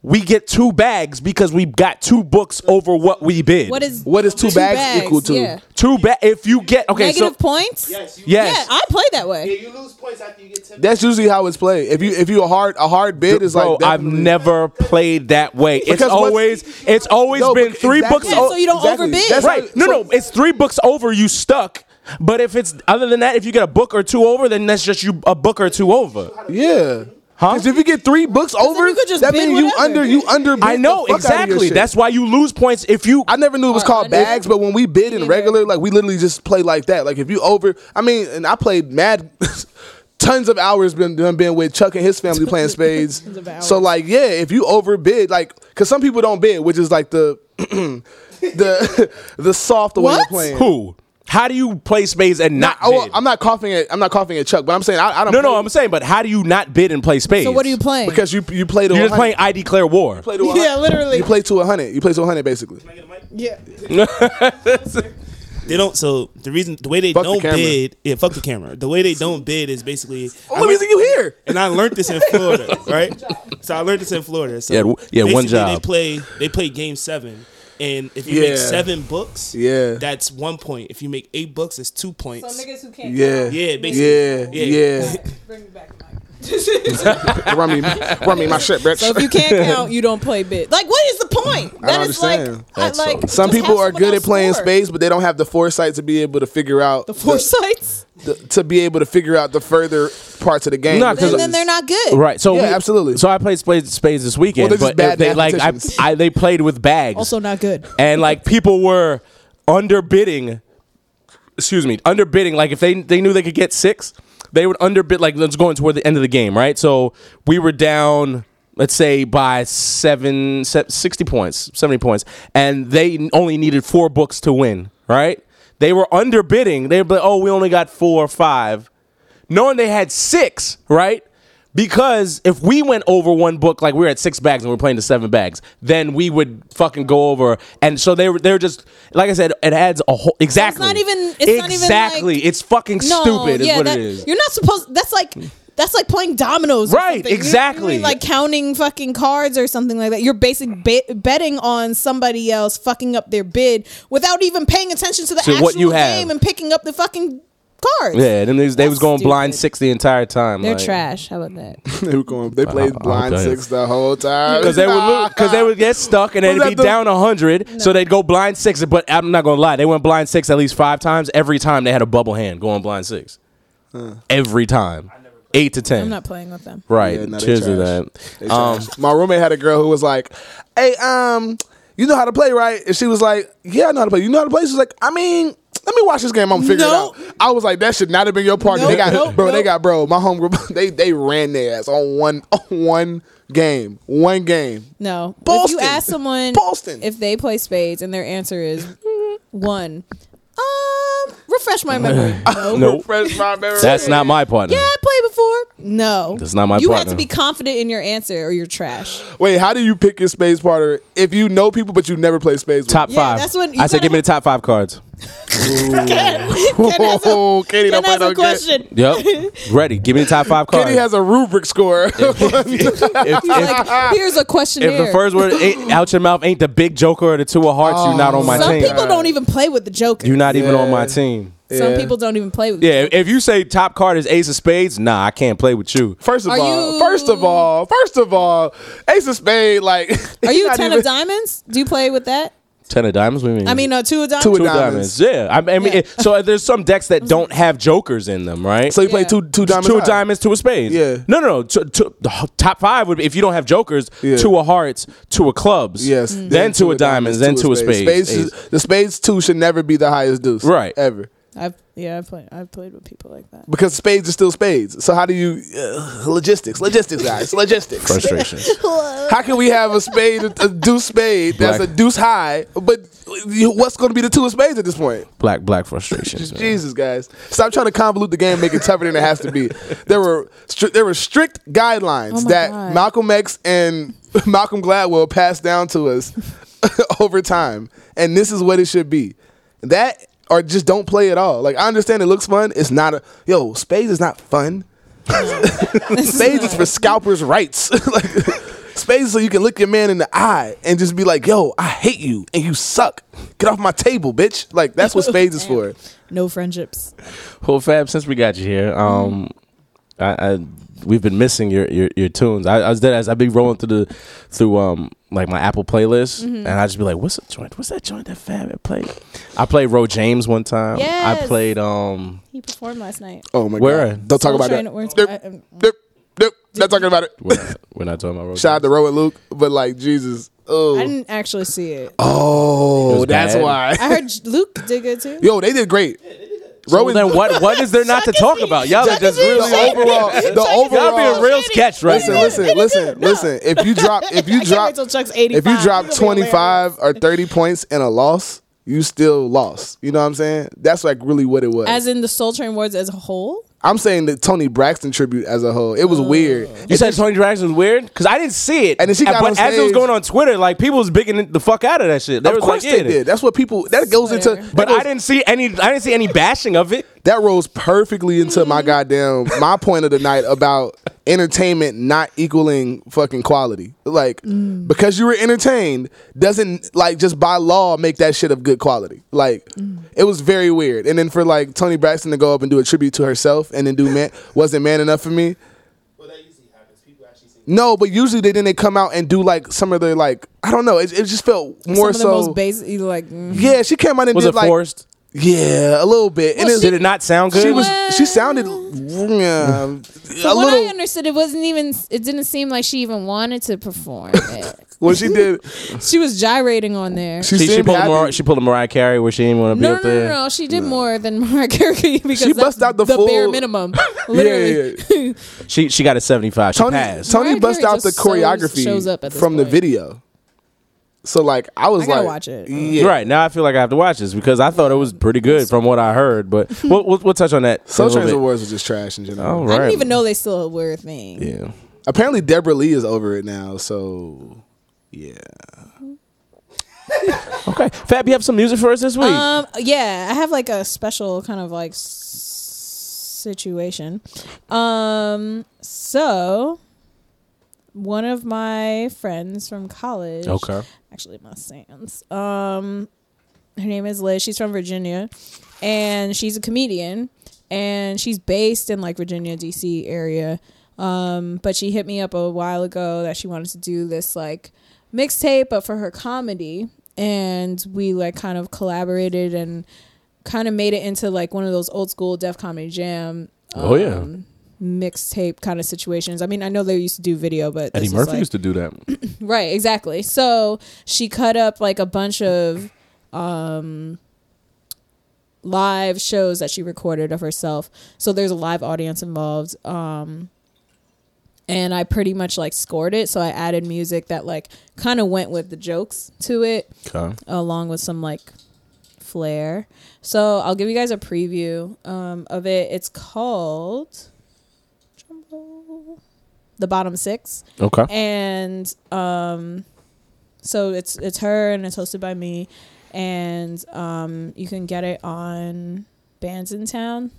[SPEAKER 2] we get two bags because we got two books over what we bid.
[SPEAKER 3] What is
[SPEAKER 4] What is two bags equal to?
[SPEAKER 3] Yeah.
[SPEAKER 2] two ba- If you get okay,
[SPEAKER 3] Negative
[SPEAKER 2] so
[SPEAKER 3] points?
[SPEAKER 6] Yes, you,
[SPEAKER 2] yes,
[SPEAKER 3] Yeah, I play that way.
[SPEAKER 6] you lose points after you get ten.
[SPEAKER 4] that's usually how it's played. If you if you a hard a hard bid is
[SPEAKER 2] Bro,
[SPEAKER 4] like
[SPEAKER 2] I've
[SPEAKER 4] definitely-
[SPEAKER 2] never played that way. It's
[SPEAKER 4] Because what's-
[SPEAKER 2] always it's always
[SPEAKER 4] No,
[SPEAKER 2] been
[SPEAKER 4] but
[SPEAKER 2] three
[SPEAKER 4] exactly-
[SPEAKER 2] books.
[SPEAKER 3] Yeah,
[SPEAKER 2] o-
[SPEAKER 3] so you don't overbid.
[SPEAKER 4] That's
[SPEAKER 2] right?
[SPEAKER 4] how-
[SPEAKER 2] No,
[SPEAKER 4] so-
[SPEAKER 2] no, it's three books over. You stuck. But if it's other than that, if you get a book or two over, then that's just you a book or two over.
[SPEAKER 4] Yeah. Huh? Because if you get three books over,
[SPEAKER 3] you could just
[SPEAKER 4] that
[SPEAKER 3] bid
[SPEAKER 4] means you
[SPEAKER 3] whatever.
[SPEAKER 4] under you under.
[SPEAKER 2] I know exactly. That's why you lose points if you.
[SPEAKER 4] I never knew it was
[SPEAKER 3] Uh,
[SPEAKER 4] called
[SPEAKER 3] I didn't.
[SPEAKER 4] bags, but when we bid in regular, like we literally just play like that. Like if you over, I mean, and I played mad. [LAUGHS] Tons of hours been done been with Chuck and his family
[SPEAKER 3] [LAUGHS]
[SPEAKER 4] playing spades.
[SPEAKER 3] Tons of
[SPEAKER 4] so
[SPEAKER 3] hours.
[SPEAKER 4] like yeah, if you overbid, like because some people don't bid, which is like [CLEARS THROAT] the [LAUGHS] the the soft way of
[SPEAKER 3] What?
[SPEAKER 4] playing.
[SPEAKER 2] who? How do you play spades and not?
[SPEAKER 4] oh,
[SPEAKER 2] bid?
[SPEAKER 4] I'm not coughing at I'm not coughing at Chuck, but I'm saying I, I don't.
[SPEAKER 2] no,
[SPEAKER 4] play
[SPEAKER 2] no. I'm saying, but how do you not bid and play spades?
[SPEAKER 3] So what are you playing?
[SPEAKER 4] because you you play to
[SPEAKER 2] You're just
[SPEAKER 4] 100.
[SPEAKER 2] playing. I declare war.
[SPEAKER 4] Play to 100.
[SPEAKER 3] [LAUGHS] Yeah, literally.
[SPEAKER 4] You play to 100. You play to 100 basically.
[SPEAKER 3] yeah.
[SPEAKER 6] They don't. So the reason, the way they
[SPEAKER 4] Fuck the
[SPEAKER 6] don't
[SPEAKER 4] camera.
[SPEAKER 6] bid, yeah, fuck the camera. The way they don't bid is basically. I
[SPEAKER 4] Only
[SPEAKER 6] learned-
[SPEAKER 4] reason you here.
[SPEAKER 6] and I learned this in Florida, right? So I learned this in Florida. So
[SPEAKER 2] Yeah, w- yeah, one
[SPEAKER 6] basically They
[SPEAKER 2] job.
[SPEAKER 6] play. They play game seven, and if you
[SPEAKER 4] Yeah.
[SPEAKER 6] make seven books,
[SPEAKER 4] Yeah.
[SPEAKER 6] that's one point. If you make eight books, it's two points.
[SPEAKER 3] So niggas who can't.
[SPEAKER 4] Yeah.
[SPEAKER 6] Yeah,
[SPEAKER 4] Yeah.
[SPEAKER 6] basically.
[SPEAKER 4] Yeah.
[SPEAKER 3] Bring me back.
[SPEAKER 4] [LAUGHS] run me, run me my shit,
[SPEAKER 3] [LAUGHS]
[SPEAKER 4] bitch.
[SPEAKER 3] So if you can't count, you don't play bid. Like, what is the point?
[SPEAKER 4] don't
[SPEAKER 3] That is like,
[SPEAKER 4] understand.
[SPEAKER 3] I, like
[SPEAKER 4] Some
[SPEAKER 3] just have
[SPEAKER 4] people are
[SPEAKER 3] someone
[SPEAKER 4] good at
[SPEAKER 3] else
[SPEAKER 4] playing
[SPEAKER 3] score.
[SPEAKER 4] spades, but they don't have the foresight to be able to figure out
[SPEAKER 3] The foresights.
[SPEAKER 4] the- to be able to figure out the further parts of the game.
[SPEAKER 2] Nah, 'cause-
[SPEAKER 4] because
[SPEAKER 3] Then, then they're not good.
[SPEAKER 2] Right. So
[SPEAKER 4] Yeah, absolutely.
[SPEAKER 2] So I played spades, spades this weekend,
[SPEAKER 4] Well, they're just
[SPEAKER 2] but
[SPEAKER 4] bad
[SPEAKER 2] they like I,
[SPEAKER 4] mathematicians.
[SPEAKER 2] I they played with bags.
[SPEAKER 3] Also not good.
[SPEAKER 2] and like people were underbidding. Excuse me, underbidding. Like if they they knew they could get six, they would underbid. Like let's go toward the end of the game, right? So we were down, let's say by seven, se- 60 points, seventy points, and they only needed four books to win, right? They were underbidding. They were like, oh, we only got four or five, knowing they had six, right? Because if we went over one book, like we were at six bags and we are playing to seven bags, then we would fucking go over. And so they were, they were just, like I said, it adds a whole, exactly.
[SPEAKER 3] not even- it's not even,
[SPEAKER 2] exactly.
[SPEAKER 3] like-
[SPEAKER 2] it's fucking stupid is what
[SPEAKER 3] that-
[SPEAKER 2] it is.
[SPEAKER 3] You're not supposed. That's like that's like playing dominoes, or
[SPEAKER 2] Right,
[SPEAKER 3] something. You're-
[SPEAKER 2] exactly.
[SPEAKER 3] you're like counting fucking cards or something like that. You're basic ba- betting on somebody else fucking up their bid without even paying attention to the
[SPEAKER 2] To
[SPEAKER 3] actual
[SPEAKER 2] what you have.
[SPEAKER 3] game and picking up the fucking cards.
[SPEAKER 2] Yeah, them niggas, they was
[SPEAKER 3] That's
[SPEAKER 2] going blind
[SPEAKER 3] stupid.
[SPEAKER 2] six the entire time.
[SPEAKER 3] They're
[SPEAKER 2] like-
[SPEAKER 3] trash. How about that?
[SPEAKER 4] they, were going, they played
[SPEAKER 2] Uh, I'll
[SPEAKER 4] blind
[SPEAKER 2] tell you.
[SPEAKER 4] six the whole time
[SPEAKER 2] Because they would lose, because they would get stuck and they'd
[SPEAKER 4] Was
[SPEAKER 2] be
[SPEAKER 4] that the-
[SPEAKER 2] down hundred, so they'd go blind six. But I'm not gonna lie, they went blind six at least five times. Every time they had a bubble hand going blind six, every time, eight to ten.
[SPEAKER 3] I'm not playing with them.
[SPEAKER 2] Right.
[SPEAKER 4] Yeah, no, they
[SPEAKER 2] Cheers to
[SPEAKER 4] trash.
[SPEAKER 2] that.
[SPEAKER 4] [LAUGHS] They
[SPEAKER 2] Um,
[SPEAKER 4] trash. my roommate had a girl who was like, "Hey, um, you know how to play, right?" And she was like, "Yeah, I know how to play." You know how to play? She's like, "I mean." Let me watch this game. I'm figuring
[SPEAKER 3] Nope.
[SPEAKER 4] it out. I was like, that should not have been your partner. they
[SPEAKER 3] Nope,
[SPEAKER 4] got
[SPEAKER 3] nope,
[SPEAKER 4] bro. They
[SPEAKER 3] nope.
[SPEAKER 4] got bro. My home group. [LAUGHS] They they ran their ass on one on one game. One game.
[SPEAKER 3] No. If
[SPEAKER 4] Boston.
[SPEAKER 3] you ask someone
[SPEAKER 4] Boston.
[SPEAKER 3] if they play spades and their answer is one, um, refresh my
[SPEAKER 2] [LAUGHS]
[SPEAKER 3] memory. No.
[SPEAKER 2] Nope.
[SPEAKER 4] Fresh my memory.
[SPEAKER 2] that's not my partner.
[SPEAKER 3] Yeah, I played before. No,
[SPEAKER 2] That's not my
[SPEAKER 3] You have
[SPEAKER 2] partner.
[SPEAKER 3] to be confident in your answer, or you're
[SPEAKER 4] [LAUGHS]
[SPEAKER 3] trash.
[SPEAKER 4] Wait, how do you pick your space partner if you know people but you never play space? with
[SPEAKER 2] Top
[SPEAKER 3] Yeah,
[SPEAKER 2] five.
[SPEAKER 3] that's what- you
[SPEAKER 2] I said,
[SPEAKER 3] gotta
[SPEAKER 2] give me the top
[SPEAKER 3] have-
[SPEAKER 2] five cards.
[SPEAKER 4] them?
[SPEAKER 3] Ken has a,
[SPEAKER 4] [LAUGHS] Oh, Katie,
[SPEAKER 3] Ken
[SPEAKER 4] don't play
[SPEAKER 3] has
[SPEAKER 4] no
[SPEAKER 3] a
[SPEAKER 4] good.
[SPEAKER 3] question. [LAUGHS]
[SPEAKER 2] Yep. Ready. Give me the top five cards.
[SPEAKER 4] Katie has a rubric score.
[SPEAKER 2] if,
[SPEAKER 4] [LAUGHS]
[SPEAKER 2] if-
[SPEAKER 3] Like, here's a questionnaire.
[SPEAKER 2] if the first word
[SPEAKER 3] [LAUGHS]
[SPEAKER 2] ain't out your mouth ain't the big joker or the two of hearts, you're not on my
[SPEAKER 3] Some
[SPEAKER 2] team.
[SPEAKER 3] people don't even play with the Joker.
[SPEAKER 2] you're not even on
[SPEAKER 4] Yeah.
[SPEAKER 2] my team.
[SPEAKER 3] Some
[SPEAKER 4] Yeah.
[SPEAKER 3] people don't even play with.
[SPEAKER 2] Yeah, if you say top card is ace of spades, nah, I can't play with you.
[SPEAKER 4] First of
[SPEAKER 3] Are
[SPEAKER 4] all,
[SPEAKER 3] you-
[SPEAKER 4] first of all, first of all, Ace of Spade, like [LAUGHS]
[SPEAKER 3] Are you a
[SPEAKER 4] not
[SPEAKER 3] ten
[SPEAKER 4] even-
[SPEAKER 3] of diamonds? Do you play with that?
[SPEAKER 2] Ten of diamonds, what do you mean?
[SPEAKER 3] I mean, uh, two of diamonds.
[SPEAKER 4] Two of
[SPEAKER 2] two
[SPEAKER 4] diamonds.
[SPEAKER 2] diamonds. Yeah, I, I mean,
[SPEAKER 3] Yeah.
[SPEAKER 2] it- so there's some decks
[SPEAKER 3] [LAUGHS]
[SPEAKER 2] that don't have jokers in them, right?
[SPEAKER 4] So you play
[SPEAKER 3] Yeah.
[SPEAKER 4] two two diamonds.
[SPEAKER 2] two
[SPEAKER 4] high.
[SPEAKER 2] diamonds, two of spades.
[SPEAKER 4] Yeah.
[SPEAKER 2] No, no, no. T- t- the h- top five would be if you don't have jokers,
[SPEAKER 4] Yeah.
[SPEAKER 2] two of hearts, two of clubs.
[SPEAKER 4] Yes.
[SPEAKER 3] Mm.
[SPEAKER 2] Then, two, of diamonds, then two of spades.
[SPEAKER 4] Spades is-
[SPEAKER 2] Ace.
[SPEAKER 4] the spades two should never be the highest deuce.
[SPEAKER 2] Right.
[SPEAKER 4] Ever.
[SPEAKER 3] I've yeah, I've played. I've played with people like that.
[SPEAKER 4] Because spades are still spades. So how do you uh, logistics? Logistics, guys. logistics.
[SPEAKER 2] Frustration.
[SPEAKER 4] [LAUGHS] How can we have a spade, a deuce spade that's a
[SPEAKER 2] Black.
[SPEAKER 4] deuce high, but you- what's going to be the two of spades at this point?
[SPEAKER 2] black, black frustrations. man.
[SPEAKER 4] Jesus, guys, stop trying to convolute the game, make it tougher than it has to be. There were stri- there were strict guidelines
[SPEAKER 3] Oh my
[SPEAKER 4] that
[SPEAKER 3] God.
[SPEAKER 4] Malcolm X and [LAUGHS] Malcolm Gladwell passed down to us [LAUGHS] over time, and this is what it should be. That or just don't play at all. Like I understand it looks fun. It's not a yo spades is
[SPEAKER 3] [LAUGHS]
[SPEAKER 4] not fun. spades is for scalpers' rights. [LAUGHS] like spades is so you can look your man in the eye and just be like, yo, I hate you and you suck. Get off my table, bitch. Like that's what
[SPEAKER 3] [LAUGHS]
[SPEAKER 4] spades is for.
[SPEAKER 3] No friendships.
[SPEAKER 2] Well, Fab, since we got you here, um, I, I we've been missing your your, your tunes. I, I was dead as I've been rolling through the through um like my Apple playlist, and I just be like, "What's that joint? What's that joint that Fab had played?" I played Ro James one time. I
[SPEAKER 3] Yes.
[SPEAKER 2] played um
[SPEAKER 3] He performed last night.
[SPEAKER 4] Oh my
[SPEAKER 2] Where?
[SPEAKER 4] god! Don't talk
[SPEAKER 3] Soul
[SPEAKER 4] about
[SPEAKER 3] Train
[SPEAKER 4] that.
[SPEAKER 3] at Orange-
[SPEAKER 4] Nope,
[SPEAKER 3] I- I'm-
[SPEAKER 4] nope, nope. Not talking about it.
[SPEAKER 2] we're not, we're not talking about Ro.
[SPEAKER 4] Shout out
[SPEAKER 2] James.
[SPEAKER 4] to Roe and Luke, but like Jesus.
[SPEAKER 3] I
[SPEAKER 4] Oh,
[SPEAKER 3] didn't actually see it.
[SPEAKER 2] It
[SPEAKER 4] oh,
[SPEAKER 2] was
[SPEAKER 4] that's
[SPEAKER 2] bad.
[SPEAKER 4] why.
[SPEAKER 3] I heard Luke did good too.
[SPEAKER 4] Yo, they did great. Roe
[SPEAKER 2] Well, then
[SPEAKER 4] and
[SPEAKER 2] what what is there not to talk about? Y'all are
[SPEAKER 4] Chuck is
[SPEAKER 2] just
[SPEAKER 4] being
[SPEAKER 2] really
[SPEAKER 4] shady.
[SPEAKER 2] overall.
[SPEAKER 4] Chuck is
[SPEAKER 2] The
[SPEAKER 4] being
[SPEAKER 2] overall y'all being real
[SPEAKER 3] shady.
[SPEAKER 2] sketch right
[SPEAKER 4] Listen,
[SPEAKER 2] now.
[SPEAKER 4] listen, listen, listen.
[SPEAKER 3] [LAUGHS]
[SPEAKER 4] If you drop, if
[SPEAKER 3] I
[SPEAKER 4] you
[SPEAKER 3] can't
[SPEAKER 4] drop,
[SPEAKER 3] wait till Chuck's
[SPEAKER 4] if
[SPEAKER 3] 85.
[SPEAKER 4] you drop
[SPEAKER 3] It's gonna be [LAUGHS]
[SPEAKER 4] twenty five or thirty points in a loss, you still lost. You know what I'm saying? That's like really what it was.
[SPEAKER 3] As in the Soul Train Awards as a whole?
[SPEAKER 4] I'm saying the Tony Braxton tribute as a whole. It
[SPEAKER 3] Oh.
[SPEAKER 4] was weird.
[SPEAKER 2] You said Tony Braxton was weird because I didn't see it.
[SPEAKER 4] And then she got
[SPEAKER 2] but
[SPEAKER 4] on
[SPEAKER 2] as it was
[SPEAKER 4] stage-
[SPEAKER 2] going on Twitter, like people was bigging the fuck out of that shit. They
[SPEAKER 4] of
[SPEAKER 2] was
[SPEAKER 4] course
[SPEAKER 2] like,
[SPEAKER 4] they
[SPEAKER 2] yeah.
[SPEAKER 4] did. That's what people. That goes into.
[SPEAKER 3] Fair.
[SPEAKER 4] that
[SPEAKER 2] But
[SPEAKER 4] goes-
[SPEAKER 2] I didn't see any. I didn't see any bashing of it.
[SPEAKER 4] That rolls perfectly into my
[SPEAKER 3] Mm-hmm.
[SPEAKER 4] goddamn my point of the night about entertainment not equaling fucking quality. Like
[SPEAKER 3] Mm.
[SPEAKER 4] because you were entertained doesn't like just by law make that shit of good quality. Like
[SPEAKER 3] Mm.
[SPEAKER 4] it was very weird. And then for like Tony Braxton to go up and do a tribute to herself and then do man wasn't man enough for me. No, but usually they then they come out and do like some of their like I don't know. It, it just felt more
[SPEAKER 3] Some of the
[SPEAKER 4] so.
[SPEAKER 3] most basic, you like, mm.
[SPEAKER 4] yeah, she came out and
[SPEAKER 2] Was
[SPEAKER 4] did
[SPEAKER 2] it
[SPEAKER 4] like
[SPEAKER 2] forced?
[SPEAKER 4] yeah, a little bit. and
[SPEAKER 3] Well,
[SPEAKER 4] it's-
[SPEAKER 2] Did it not sound good?
[SPEAKER 4] she was she sounded yeah, a
[SPEAKER 3] From what I
[SPEAKER 4] little
[SPEAKER 3] understood, it wasn't even. It didn't seem like she even wanted to perform. it.
[SPEAKER 4] when she
[SPEAKER 2] [LAUGHS]
[SPEAKER 4] did
[SPEAKER 3] she was gyrating on there.
[SPEAKER 4] she,
[SPEAKER 2] See, she
[SPEAKER 4] seemed
[SPEAKER 2] pulled a
[SPEAKER 4] happy.
[SPEAKER 2] Mariah, she pulled a Mariah Carey where she didn't want to
[SPEAKER 3] no,
[SPEAKER 2] be
[SPEAKER 3] no,
[SPEAKER 2] up
[SPEAKER 3] no,
[SPEAKER 2] there.
[SPEAKER 3] no, no, She did more than Mariah [LAUGHS] Carey because
[SPEAKER 4] She
[SPEAKER 3] that's
[SPEAKER 4] bust out the
[SPEAKER 3] bare
[SPEAKER 4] full-
[SPEAKER 3] minimum.
[SPEAKER 4] [LAUGHS] Yeah,
[SPEAKER 3] Literally,
[SPEAKER 4] yeah, yeah.
[SPEAKER 2] She she got a seventy five. She
[SPEAKER 4] Tony
[SPEAKER 2] passed.
[SPEAKER 4] Tony
[SPEAKER 3] Mariah
[SPEAKER 4] bust
[SPEAKER 3] Carey
[SPEAKER 4] out the
[SPEAKER 3] just shows-
[SPEAKER 4] choreography
[SPEAKER 3] shows up at this
[SPEAKER 4] from the
[SPEAKER 3] point.
[SPEAKER 4] video. So like I was
[SPEAKER 3] I gotta
[SPEAKER 4] like
[SPEAKER 3] watch it.
[SPEAKER 4] Yeah.
[SPEAKER 2] Right now, I feel like I have to watch this because I thought it was pretty good from what I heard. But we'll we'll, we'll touch on that. a
[SPEAKER 4] Soul
[SPEAKER 2] little
[SPEAKER 4] Train's
[SPEAKER 2] bit. Oh.
[SPEAKER 4] awards was just trash in general.
[SPEAKER 2] All
[SPEAKER 3] I
[SPEAKER 2] right.
[SPEAKER 3] didn't even know they still were a thing.
[SPEAKER 2] Yeah.
[SPEAKER 4] Apparently Deborah Lee is over it now, so yeah.
[SPEAKER 2] Okay. Fab, you have some music for us this week.
[SPEAKER 3] Um, yeah, I have like a special kind of like s- situation. Um, so one of my friends from college,
[SPEAKER 2] okay.
[SPEAKER 3] actually my sans, um, her name is Liz. She's from Virginia, and she's a comedian, and she's based in like Virginia, D.C. area. Um, but she hit me up a while ago that she wanted to do this like mixtape, but for her comedy, and we like kind of collaborated and kind of made it into like one of those old school Def Comedy Jam. um,
[SPEAKER 2] Oh, yeah.
[SPEAKER 3] mixtape kind of situations. I mean, I know they used to do video, but
[SPEAKER 2] Eddie
[SPEAKER 3] this is,
[SPEAKER 2] Murphy
[SPEAKER 3] like-
[SPEAKER 2] used to do that.
[SPEAKER 3] Right, exactly. So she cut up like a bunch of um live shows that she recorded of herself. So there's a live audience involved. Um and I pretty much like scored it. So I added music that like kind of went with the jokes to it
[SPEAKER 2] Okay.
[SPEAKER 3] along with some like flair. So I'll give you guys a preview um, of it. It's called drum roll, The Bottom Six
[SPEAKER 2] Okay.
[SPEAKER 3] and um so it's it's her and it's hosted by me and um you can get it on bands in town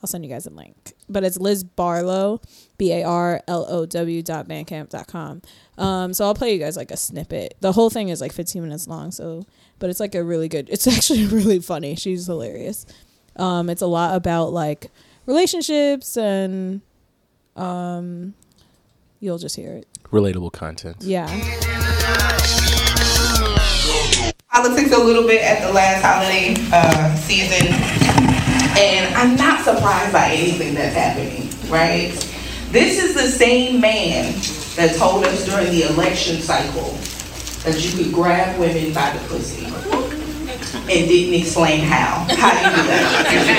[SPEAKER 3] i'll send you guys a link but it's liz barlow b-a-r-l-o-w dot bandcamp dot com um so i'll play you guys like a snippet the whole thing is like 15 minutes long so but it's like a really good it's [LAUGHS] actually really funny she's hilarious um it's a lot about like relationships and um you'll just hear it
[SPEAKER 2] Relatable content.
[SPEAKER 3] yeah
[SPEAKER 7] politics a little bit at the last holiday uh, season, and I'm not surprised by anything that's happening, right? This is the same man that told us during the election cycle that you could grab women by the pussy and didn't explain how. How do you do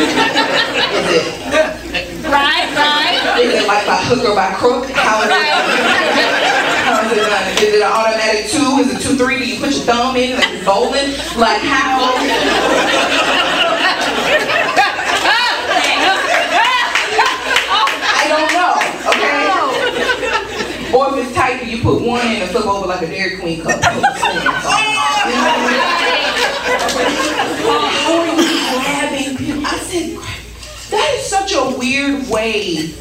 [SPEAKER 7] that? [LAUGHS] Is it,
[SPEAKER 8] Right, right.
[SPEAKER 7] is it like by hook or by crook? How is it? How is it done? Is it an automatic two? Is it two three? Do you put your thumb in like you're bowling? Like how? I don't know. Okay. Or if it's tight, you put one in and flip over like a Dairy Queen cup. Grabbing people. I said, that is such a weird way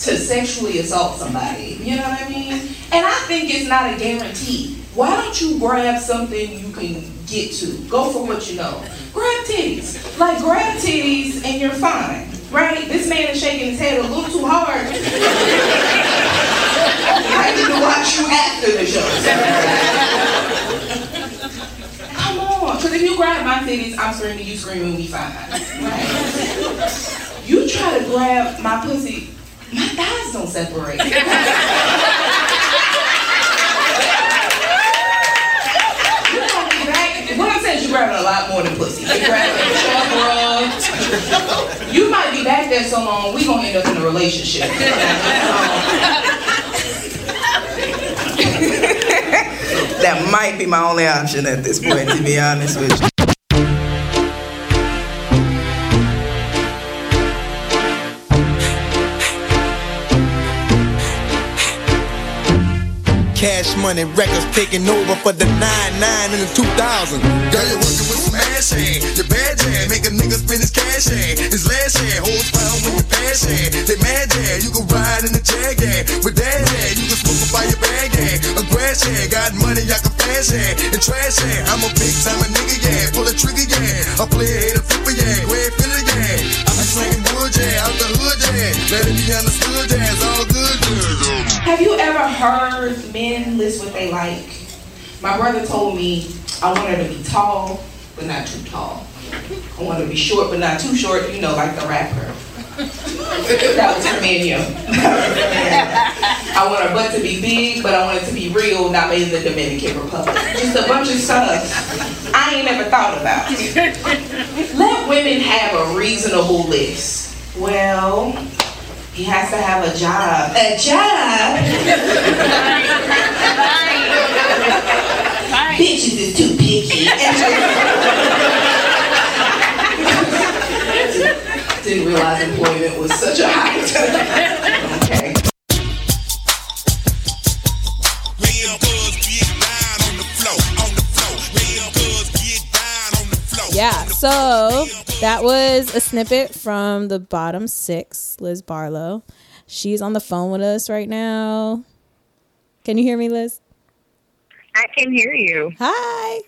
[SPEAKER 7] to sexually assault somebody. You know what I mean? And I think it's not a guarantee. Why don't you grab something you can get to? Go for what you know. Grab titties. Like grab titties and you're fine. Right? This man is shaking his head a little too hard. [LAUGHS] I need to watch you after the show. Come on. Because if you grab my titties, I'm screaming, you screaming, we fine. Right? You try to grab my pussy, my thighs don't separate. You got me back- What I'm saying is you're grabbing a lot more than pussy. You're grabbing a chub rub. You might be back there so long, we gonna end up in a relationship. [LAUGHS]
[SPEAKER 9] That might be my only option at this point, to be honest with you. Cash money records taking over for the 9-9 in the 2000. Girl, you're working with smash hand. Your bad jam make a nigga spend his cash hand. His last hand holds pound with your passion. They mad jam, you can ride in the jag hand. With that hand, you can smoke by your bag hand. A grass hand, got money, I can flash hand. And trash hand, I'm a big time nigga, yeah. Pull a trigger, yeah. I play a hit a flipper, yeah. Go ahead, fill it, yeah. I be slinging wood, yeah. Out the hood, yeah. Let it be understood, yeah. It's all good, yeah.
[SPEAKER 7] Have you ever heard men list what they like? My brother told me I want her to be tall, but not too tall. I want her to be short, but not too short, you know, like the rapper. [LAUGHS] that was her menu. [LAUGHS] I want her butt to be big, but I want it to be real, not made in the Dominican Republic. Just a bunch of stuff I ain't never thought about. Let women have a reasonable list. Well, he has to have a job. A job? Bitches is too picky. Didn't realize employment was such a [LAUGHS] high. okay.
[SPEAKER 9] Real girls get down on the floor, on the floor. Real girls get down on the floor.
[SPEAKER 3] Yeah, so that was a snippet from the bottom six, Liz Barlow. She's on the phone with us right now. Can you hear me, Liz?
[SPEAKER 10] I can hear you.
[SPEAKER 3] Hi.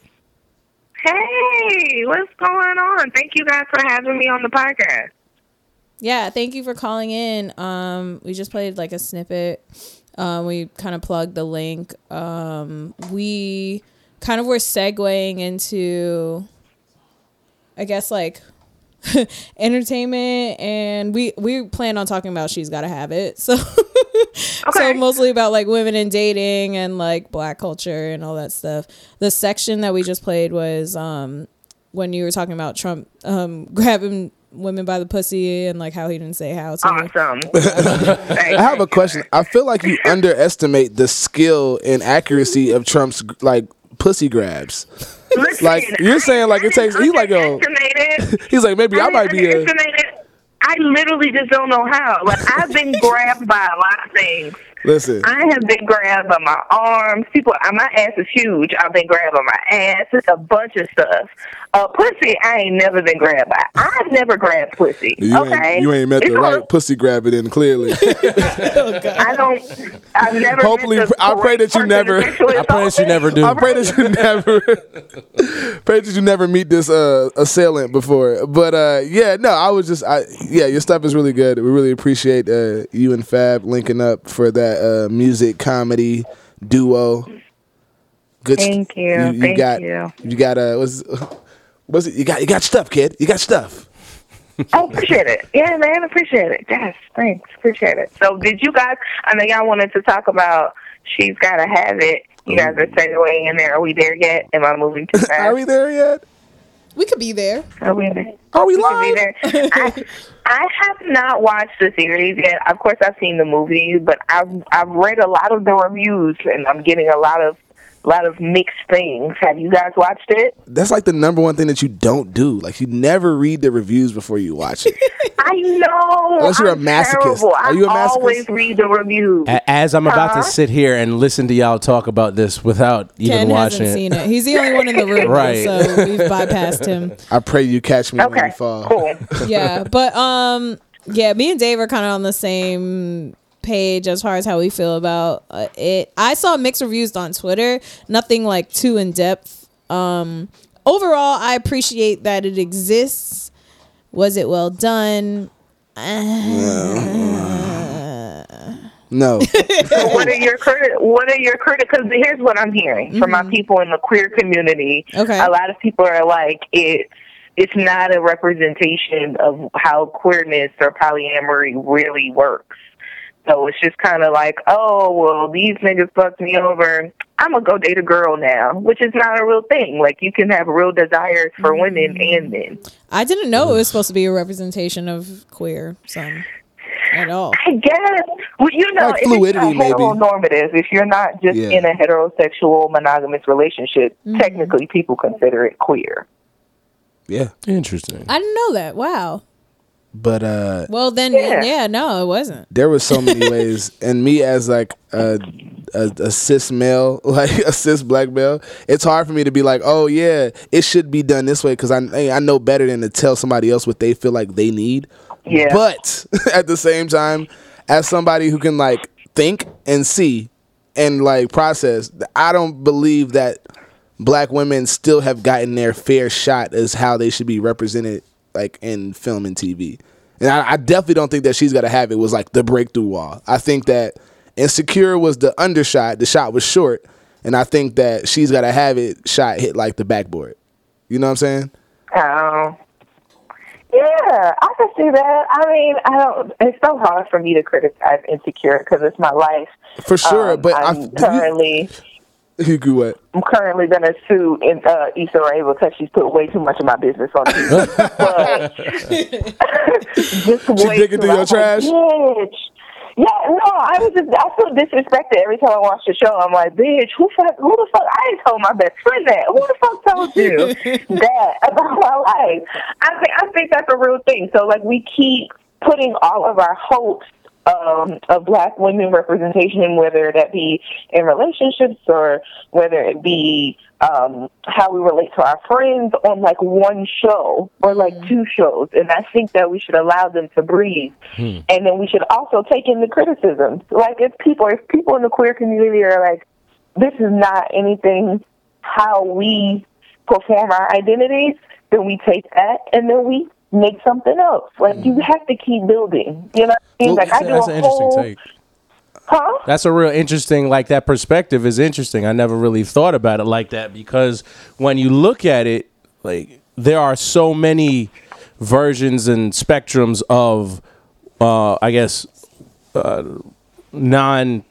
[SPEAKER 10] Hey, what's going on? Thank you guys for having me on the podcast.
[SPEAKER 3] Yeah, thank you for calling in. Um, we just played like a snippet. Um, we kind of plugged the link. Um, we kind of were segueing into, I guess, like [LAUGHS] entertainment, and we we planned on talking about she's got to have it. So, [LAUGHS] so
[SPEAKER 10] Okay.
[SPEAKER 3] mostly about like women and dating and like black culture and all that stuff. The section that we just played was um, when you were talking about Trump um, [LAUGHS] grabbing women by the pussy and like how he didn't say how to.
[SPEAKER 10] Awesome.
[SPEAKER 4] I have a question. I feel like you underestimate the skill and accuracy of Trump's like pussy grabs.
[SPEAKER 10] Listen,
[SPEAKER 4] Like you're saying, like
[SPEAKER 10] I
[SPEAKER 4] it takes.
[SPEAKER 10] didn't
[SPEAKER 4] He's like, yo,
[SPEAKER 10] underestimate it.
[SPEAKER 4] he's like maybe I might be a.
[SPEAKER 10] underestimate it. I literally just don't know how. Like
[SPEAKER 4] [LAUGHS]
[SPEAKER 10] I've been grabbed by a lot of things.
[SPEAKER 4] Listen,
[SPEAKER 10] I have been grabbed by my arms. People, uh, my ass is huge. I've been grabbed by my ass. It's a bunch of stuff. Uh, pussy, I ain't never been grabbed by. I've never grabbed pussy.
[SPEAKER 4] you
[SPEAKER 10] okay,
[SPEAKER 4] ain't you ain't met
[SPEAKER 10] It's [LAUGHS]
[SPEAKER 4] the
[SPEAKER 10] all-
[SPEAKER 4] right pussy grabber then clearly.
[SPEAKER 10] I don't. I've never.
[SPEAKER 4] Hopefully-
[SPEAKER 10] met the
[SPEAKER 4] I pray
[SPEAKER 10] correct
[SPEAKER 4] that you
[SPEAKER 10] person
[SPEAKER 4] never-
[SPEAKER 10] to sexually
[SPEAKER 2] I pray
[SPEAKER 10] assault
[SPEAKER 2] that you
[SPEAKER 10] me.
[SPEAKER 2] never do.
[SPEAKER 4] I pray that you never pray that you never [LAUGHS] meet this uh, assailant before. But uh, yeah, no, I was just I yeah, your stuff is really good. We really appreciate uh, you and Fab linking up for that uh, music comedy duo. Good. st-
[SPEAKER 10] Thank you. Thank
[SPEAKER 4] got
[SPEAKER 10] you.
[SPEAKER 4] got uh what's what's it? You got you got stuff, kid. You got stuff.
[SPEAKER 10] I appreciate it. Yeah, man, appreciate it. Yes, thanks. Appreciate it. So, did you guys? I know y'all wanted to talk about she's gotta have it. You guys are segueing in there. Are we there yet? Am I moving too fast?
[SPEAKER 4] Mm-hmm. [LAUGHS] Are we there yet?
[SPEAKER 3] We could be there.
[SPEAKER 10] Are we there?
[SPEAKER 4] Are we
[SPEAKER 10] Could be
[SPEAKER 4] live?
[SPEAKER 10] there. I, I have not watched the series yet. Of course, I've seen the movies, but I've I've read a lot of the reviews, and I'm getting a lot of lot of mixed things. Have you guys watched it?
[SPEAKER 4] That's like the number one thing that you don't do. Like you never read the reviews before you watch it.
[SPEAKER 10] I know.
[SPEAKER 4] Unless you're a
[SPEAKER 10] I'm
[SPEAKER 4] masochist.
[SPEAKER 10] Terrible.
[SPEAKER 4] Are you a
[SPEAKER 10] I
[SPEAKER 4] masochist?
[SPEAKER 10] always read the reviews.
[SPEAKER 2] A- As I'm about to
[SPEAKER 10] Huh?
[SPEAKER 2] sit here and listen to y'all talk about this without even
[SPEAKER 3] Ken
[SPEAKER 2] watching
[SPEAKER 3] hasn't seen
[SPEAKER 2] it.
[SPEAKER 3] it. He's the only one in the room,
[SPEAKER 2] Right.
[SPEAKER 3] So we've bypassed him.
[SPEAKER 4] I pray you catch me when
[SPEAKER 10] Okay,
[SPEAKER 4] you fall.
[SPEAKER 10] cool.
[SPEAKER 3] Yeah, but um, yeah, me and Dave are kind of on the same page as far as how we feel about uh, it. I saw mixed reviews on Twitter. Nothing like too in depth. Um, overall, I appreciate that it exists. Was it well done?
[SPEAKER 4] [LAUGHS]
[SPEAKER 3] Eh,
[SPEAKER 4] No.
[SPEAKER 10] what are your criti- what are your critics? Because here's what I'm hearing from my people in the queer community.
[SPEAKER 3] Okay.
[SPEAKER 10] a lot of people are like it's it's not a representation of how queerness or polyamory really works. So it's just kind of like, oh well, these niggas fucked me over. I'm gonna go date a girl now, which is not a real thing. Like you can have real desires for women and men.
[SPEAKER 3] I didn't know it was supposed to be a representation of queer some at all.
[SPEAKER 10] I guess. Well, you know,
[SPEAKER 4] Like
[SPEAKER 10] if it's
[SPEAKER 4] fluidity,
[SPEAKER 10] not
[SPEAKER 4] maybe.
[SPEAKER 10] heteronormative, if you're not just
[SPEAKER 4] Yeah.
[SPEAKER 10] in a heterosexual monogamous relationship, technically people consider it queer.
[SPEAKER 4] yeah.
[SPEAKER 2] Interesting.
[SPEAKER 3] I didn't know that. Wow.
[SPEAKER 4] But uh
[SPEAKER 3] Well, then, yeah,
[SPEAKER 10] Yeah.
[SPEAKER 3] no, it wasn't.
[SPEAKER 10] [LAUGHS]
[SPEAKER 4] there was so many ways and me as like a a, a cis male, [LAUGHS] like a cis black male, it's hard for me to be like, oh yeah, it should be done this way because I I know better than to tell somebody else what they feel like they need.
[SPEAKER 10] Yeah.
[SPEAKER 4] But at [LAUGHS] the same time, as somebody who can like think and see and like process, I don't believe that black women still have gotten their fair shot as how they should be represented like in film and TV. And I, I definitely don't think that she's gotta have it was like the breakthrough wall. I think that Insecure was the undershot, the shot was short, and I think that she's gotta have it shot hit like the backboard. You know what I'm saying?
[SPEAKER 10] Um, yeah, I can see that. I mean, I don't. It's so hard for me to criticize Insecure because it's my life. Um,
[SPEAKER 4] For sure, but I-
[SPEAKER 10] I'm currently
[SPEAKER 4] [LAUGHS] You grew up.
[SPEAKER 10] I'm currently gonna sue in, uh, Issa Rae because she's put way too much of my business
[SPEAKER 4] [LAUGHS]
[SPEAKER 10] on TV. Just
[SPEAKER 4] She
[SPEAKER 10] way
[SPEAKER 4] digging
[SPEAKER 10] too-
[SPEAKER 4] through
[SPEAKER 10] I
[SPEAKER 4] your
[SPEAKER 10] was like,
[SPEAKER 4] trash.
[SPEAKER 10] bitch. Yeah, no, I was just I feel disrespected every time I watch the show. I'm like, bitch, who fuck, who the fuck? I ain't told my best friend that. Who the fuck told you that about my life? I think I think that's a real thing. So like, we keep putting all of our hopes um, of black women representation, whether that be in relationships or whether it be um, how we relate to our friends on like one show or like two shows. And I think that we should allow them to breathe. And then we should also take in the criticisms. Like if people, if people in the queer community are like, this is not anything how we perform our identities, then we take that and then we make something else. Like you have to keep building. You know, what I mean? like I do
[SPEAKER 2] Hmm. that's
[SPEAKER 10] a
[SPEAKER 2] an interesting
[SPEAKER 10] whole,
[SPEAKER 2] take.
[SPEAKER 10] huh?
[SPEAKER 2] That's a real interesting, like that perspective is interesting. I never really thought about it like that because when you look at it, like there are so many versions and spectrums of, uh, I guess, uh, non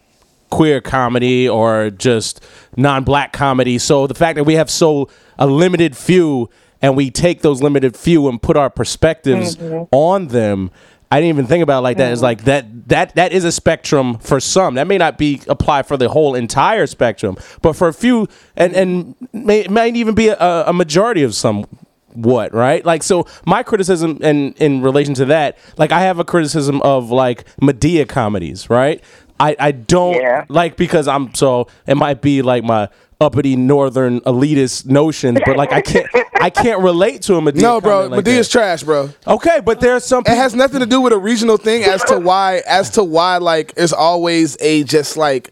[SPEAKER 2] queer comedy or just non black comedy. So the fact that we have so a limited few and we take those limited few and put our perspectives
[SPEAKER 11] Mhm.
[SPEAKER 2] on them. I didn't even think about it like that. It's like that that that is a spectrum for some. That may not be applied for the whole entire spectrum, but for a few, and and may might even be a, a majority of some. What right? Like so, my criticism and in relation to that, like I have a criticism of like Medea comedies, right? I I don't Oh, like because I'm so it might be like my uppity northern elitist notions, but like I can't I can't relate to a Medea.
[SPEAKER 4] No, bro,
[SPEAKER 2] comment like
[SPEAKER 4] Medea's
[SPEAKER 2] that.
[SPEAKER 4] trash, bro.
[SPEAKER 2] Okay, but there's some.
[SPEAKER 4] It has nothing to do with a regional thing as to why, as to why, like it's always a just like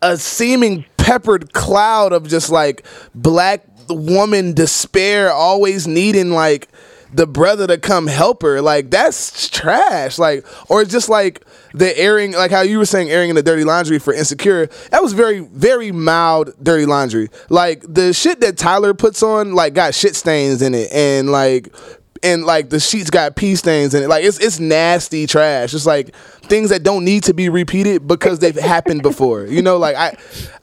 [SPEAKER 4] a seeming peppered cloud of just like black woman despair, always needing like the brother to come help her. Like that's trash. Like or it's just like the airing, like how you were saying airing in the dirty laundry for insecure. That was very very mild dirty laundry. Like the shit that Tyler puts on, like got shit stains in it, and like and like the sheets got pee stains in it. Like it's it's nasty trash. It's like things that don't need to be repeated because they've happened before. You know, like I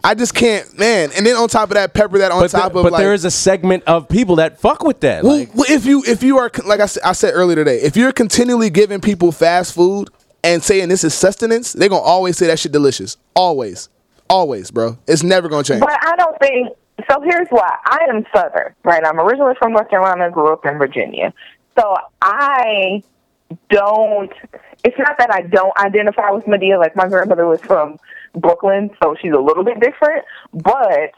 [SPEAKER 4] I just can't, man. And then on top of that, pepper that on
[SPEAKER 2] but
[SPEAKER 4] top
[SPEAKER 2] the-
[SPEAKER 4] of
[SPEAKER 2] but
[SPEAKER 4] like
[SPEAKER 2] there is a segment of people that fuck with that.
[SPEAKER 4] well,
[SPEAKER 2] like,
[SPEAKER 4] well, if you if you are con- like I said, I said earlier today, if you're continually giving people fast food and saying this is sustenance, they're gonna always say that shit delicious. Always, always, bro. It's never gonna change.
[SPEAKER 10] But I don't think so. Here's why I am Southern, right? I'm originally from North Carolina, grew up in Virginia, so I don't. It's not that I don't identify with Medea. Like my grandmother was from Brooklyn, so she's a little bit different, but.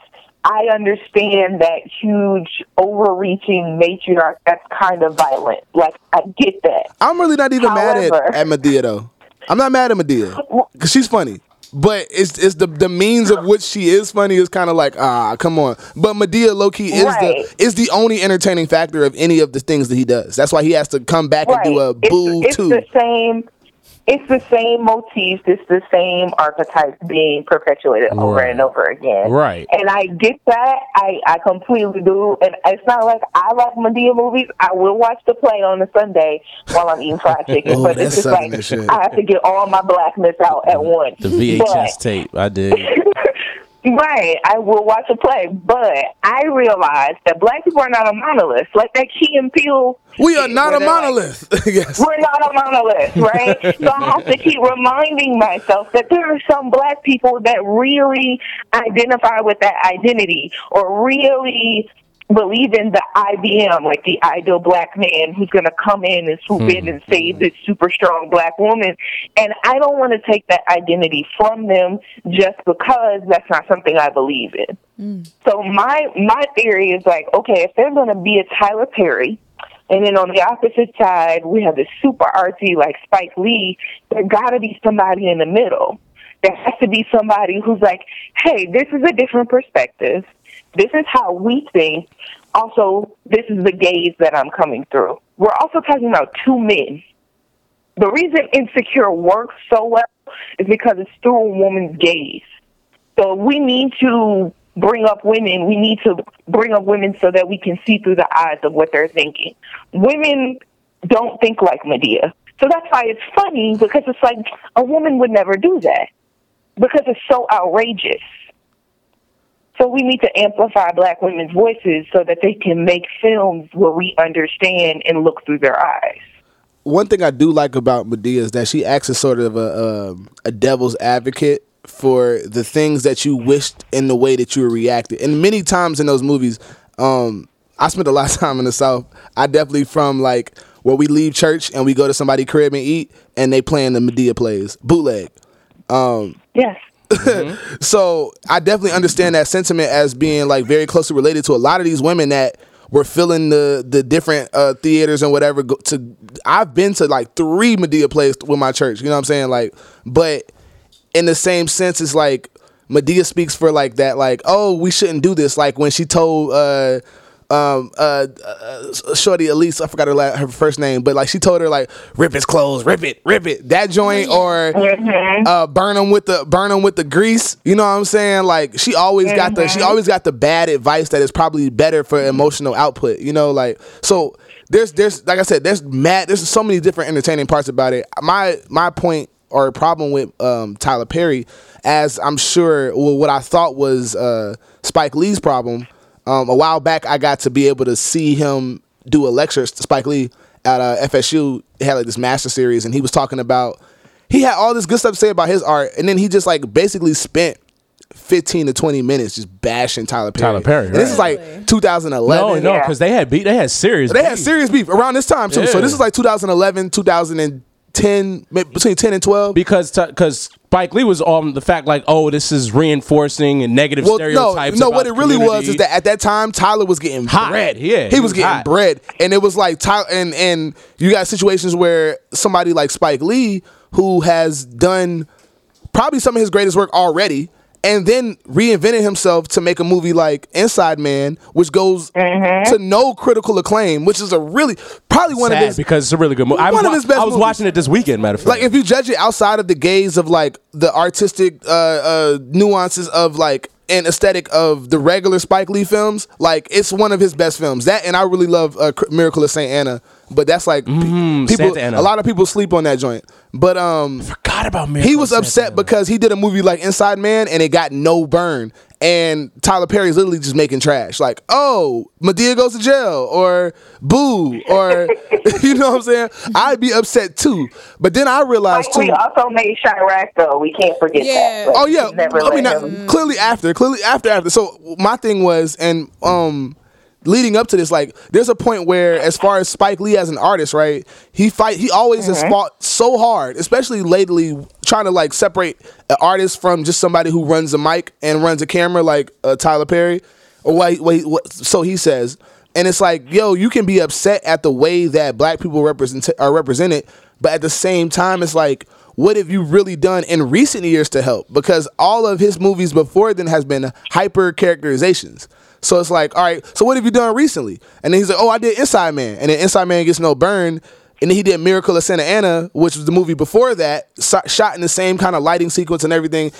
[SPEAKER 10] I understand that huge, overreaching matriarch that's kind of violent. Like, I get that.
[SPEAKER 4] I'm really not even mad at,
[SPEAKER 10] However-
[SPEAKER 4] at Medea though. I'm not mad at Medea because she's funny. But it's it's the the means of which she is funny is kind of like ah come on. But Medea low key is
[SPEAKER 10] Right.
[SPEAKER 4] the is the only entertaining factor of any of the things that he does. That's why he has to come back and do a
[SPEAKER 10] It's-
[SPEAKER 4] boo
[SPEAKER 10] it's,
[SPEAKER 4] too.
[SPEAKER 10] the same. It's the same motifs. It's the same archetypes being perpetuated over
[SPEAKER 4] Right.
[SPEAKER 10] and over again.
[SPEAKER 4] Right.
[SPEAKER 10] And I get that. I I completely do. And it's not like I like Medea movies. I will watch the play on a Sunday while I'm
[SPEAKER 4] [LAUGHS]
[SPEAKER 10] eating fried chicken.
[SPEAKER 2] Oh,
[SPEAKER 10] but
[SPEAKER 2] that's
[SPEAKER 10] it's just
[SPEAKER 2] Southern
[SPEAKER 10] like
[SPEAKER 2] as shit.
[SPEAKER 10] I have to get all my blackness out at once.
[SPEAKER 2] the
[SPEAKER 10] But-
[SPEAKER 2] VHS tape. I did.
[SPEAKER 10] Right, I will watch a play, but I realize that black people are not a monolith. Like that Key and Peele.
[SPEAKER 4] We are not a monolith. [LAUGHS]
[SPEAKER 10] We're not a monolith, right? so I have to keep reminding myself that there are some black people that really identify with that identity or really believe in the IBM, like the ideal black man who's going to come in and swoop in and save this super strong black woman. And I don't want to take that identity from them just because that's not something I believe in. So my my theory is like, okay, if they're going to be a Tyler Perry, and then on the opposite side we have this super artsy like Spike Lee, there got to be somebody in the middle. There has to be somebody who's like, hey, this is a different perspective. This is how we think. Also, this is the gaze that I'm coming through. We're also talking about two men. The reason Insecure works so well is because it's through a woman's gaze. So we need to bring up women. We need to bring up women so that we can see through the eyes of what they're thinking. Women don't think like Medea. So that's why it's funny because it's like a woman would never do that because it's so outrageous. So we need to amplify black women's voices so that they can make films where we understand and look through their eyes.
[SPEAKER 4] one thing I do like about Medea is that she acts as sort of a um, a devil's advocate for the things that you wished and the way that you reacted. And many times in those movies, um, I spent a lot of [LAUGHS] time in the South. I definitely from like where we leave church and we go to somebody's crib and eat, and they playing the Medea plays bootleg. Um,
[SPEAKER 10] yes.
[SPEAKER 4] so I definitely understand that sentiment as being like very closely related to a lot of these women that were filling the the different uh, theaters and whatever. Go, to I've been to like three Medea plays with my church. You know what I'm saying? Like, but in the same sense, it's like Medea speaks for like that. Like, oh, we shouldn't do this. Like when she told. Uh, um, uh, uh, Shorty Elise, I forgot her la- her first name, but like she told her like rip his clothes, rip it, rip it. That joint or uh, burn him with the burn him with the grease. You know what I'm saying? Like she always got the she always got the bad advice that is probably better for emotional output. You know, like so there's there's like I said there's mad there's so many different entertaining parts about it. My my point or problem with um, Tyler Perry, as I'm sure well, what I thought was uh, Spike Lee's problem. Um, a while back, I got to be able to see him do a lecture. Spike Lee at uh, FSU had like this master series, and he was talking about he had all this good stuff to say about his art, and then he just like basically spent. 15 to 20 minutes just bashing Tyler Perry.
[SPEAKER 2] Tyler Perry,
[SPEAKER 4] And This is
[SPEAKER 2] right.
[SPEAKER 4] like 2011.
[SPEAKER 2] no, no, because they had beat. They had serious.
[SPEAKER 4] They
[SPEAKER 2] beef.
[SPEAKER 4] had serious beef around this time too. So
[SPEAKER 2] Yeah.
[SPEAKER 4] this is like 2011, 2010, maybe between 10 and 12.
[SPEAKER 2] because because Spike Lee was on the fact like, oh, this is reinforcing and negative
[SPEAKER 4] Well, no,
[SPEAKER 2] stereotypes.
[SPEAKER 4] no.
[SPEAKER 2] about
[SPEAKER 4] What it really was
[SPEAKER 2] community.
[SPEAKER 4] is that at that time Tyler was getting
[SPEAKER 2] Hot.
[SPEAKER 4] bread.
[SPEAKER 2] Yeah,
[SPEAKER 4] he,
[SPEAKER 2] he
[SPEAKER 4] was
[SPEAKER 2] was
[SPEAKER 4] getting
[SPEAKER 2] hot.
[SPEAKER 4] bread, and it was like Tyler, and and you got situations where somebody like Spike Lee, who has done probably some of his greatest work already, and then reinvented himself to make a movie like Inside Man, which goes to no critical acclaim, which is a really probably one
[SPEAKER 2] Sad,
[SPEAKER 4] of his
[SPEAKER 2] because it's a really good movie. I was,
[SPEAKER 4] one of
[SPEAKER 2] wa-
[SPEAKER 4] his best
[SPEAKER 2] I was
[SPEAKER 4] movies.
[SPEAKER 2] watching it this weekend. Matter of fact,
[SPEAKER 4] like if you judge it outside of the gaze of like the artistic uh, uh, nuances of like and aesthetic of the regular Spike Lee films, like it's one of his best films. That and I really love uh, Cr- Miracle of Saint Anna, but that's like pe- people.
[SPEAKER 2] Santa Ana.
[SPEAKER 4] A lot of people sleep on that joint, but um,
[SPEAKER 2] forgot about Miracle
[SPEAKER 4] he was
[SPEAKER 2] of Santa
[SPEAKER 4] upset
[SPEAKER 2] Ana.
[SPEAKER 4] because he did a movie like Inside Man and it got no burn. And Tyler Perry's literally just making trash. Like, oh, Medea goes to jail, or boo, or [LAUGHS] you know what I'm saying? I'd be upset too. But then I realized
[SPEAKER 10] Like,
[SPEAKER 4] too.
[SPEAKER 10] we also made Chirac though. We can't forget
[SPEAKER 3] Yeah.
[SPEAKER 10] that. Like,
[SPEAKER 4] Oh yeah,
[SPEAKER 10] never
[SPEAKER 4] I mean,
[SPEAKER 10] let
[SPEAKER 4] not,
[SPEAKER 10] him-
[SPEAKER 4] clearly after, clearly after, after. So my thing was, and um, leading up to this, like, there's a point where, as far as Spike Lee as an artist, right? He fight, he always has
[SPEAKER 10] Mm-hmm.
[SPEAKER 4] fought so hard, especially lately, trying to like separate an artist from just somebody who runs a mic and runs a camera, like uh, Tyler Perry, or what, what, what? So he says, and it's like, yo, you can be upset at the way that black people represent are represented, but at the same time, it's like, what have you really done in recent years to help? Because all of his movies before then has been hyper characterizations. So it's like, all right, so what have you done recently? And then he's like, oh, I did Inside Man, and then Inside Man gets no burn. And then he did Miracle of Santa Ana, which was the movie before that, so- shot in the same kind of lighting sequence and everything.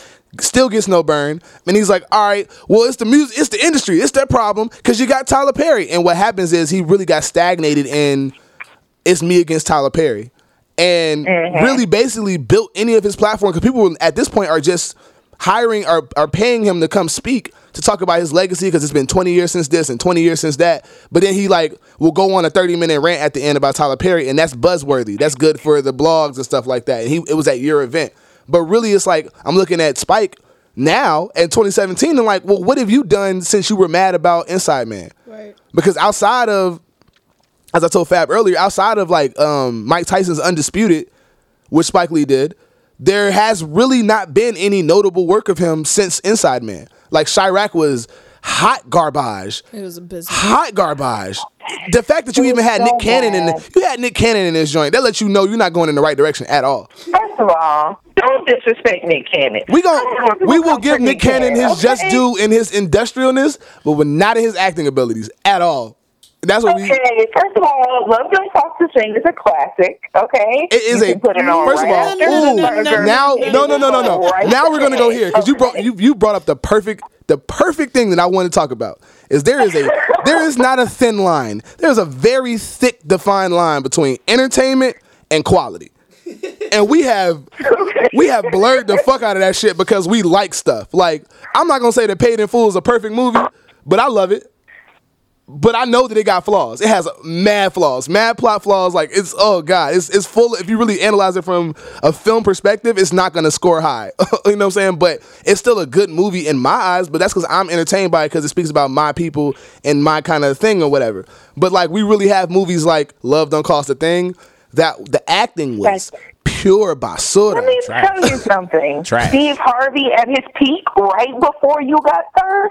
[SPEAKER 4] Still gets no burn, and he's like, "All right, well, it's the music, it's the industry, it's their problem, because you got Tyler Perry." And what happens is he really got stagnated in it's me against Tyler Perry, and really basically built any of his platform because people at this point are just hiring or are paying him to come speak to talk about his legacy because it's been 20 years since this and 20 years since that. But then he like will go on a 30 minute rant at the end about Tyler Perry, and that's buzzworthy. That's good for the blogs and stuff like that. And he it was at your event, but really it's like I'm looking at Spike now in 2017 and like, well, what have you done since you were mad about Inside Man? Right. Because outside of, as I told Fab earlier, outside of like um, Mike Tyson's Undisputed, which Spike Lee did, there has really not been any notable work of him since Inside Man. Like Chirac was hot garbage
[SPEAKER 3] It was a business.
[SPEAKER 4] hot garbage. The fact that you even had Nick Cannon in you had Nick Cannon in this joint, that lets you know you're not going in the right direction at all.
[SPEAKER 10] First of all, don't disrespect Nick Cannon.
[SPEAKER 4] We gon' we will give Nick Cannon his just due in his industrialness, but we're not in his acting abilities at all. And That's what we.
[SPEAKER 10] Okay, first of all, Love Don't Talk to Sing is a classic. Okay,
[SPEAKER 4] It is
[SPEAKER 10] You
[SPEAKER 4] a
[SPEAKER 10] can put it on
[SPEAKER 4] first
[SPEAKER 10] right
[SPEAKER 4] of
[SPEAKER 10] after
[SPEAKER 4] all. Ooh,
[SPEAKER 10] the burger.
[SPEAKER 4] now no no no no no.
[SPEAKER 10] Right
[SPEAKER 4] Now we're gonna go
[SPEAKER 10] after.
[SPEAKER 4] here because you brought you you brought up the perfect the perfect thing that I want to talk about is there is a there is not a thin line. There is a very thick defined line between entertainment and quality, and we have we have blurred the fuck out of that shit because we like stuff. Like I'm not gonna say that Paid in Full is a perfect movie, but I love it. But I know that it got flaws. It has mad flaws, mad plot flaws. Like it's oh god, it's it's full. If you really analyze it from a film perspective, it's not gonna score high. [LAUGHS] you know what I'm saying? But it's still a good movie in my eyes. But that's because I'm entertained by it because it speaks about my people and my kind of thing or whatever. But like we really have movies like Love Don't Cost a Thing that the acting was pure basura.
[SPEAKER 10] Let me
[SPEAKER 4] [LAUGHS]
[SPEAKER 10] tell you something.
[SPEAKER 4] Trash.
[SPEAKER 10] Steve Harvey at his peak, right before you got third.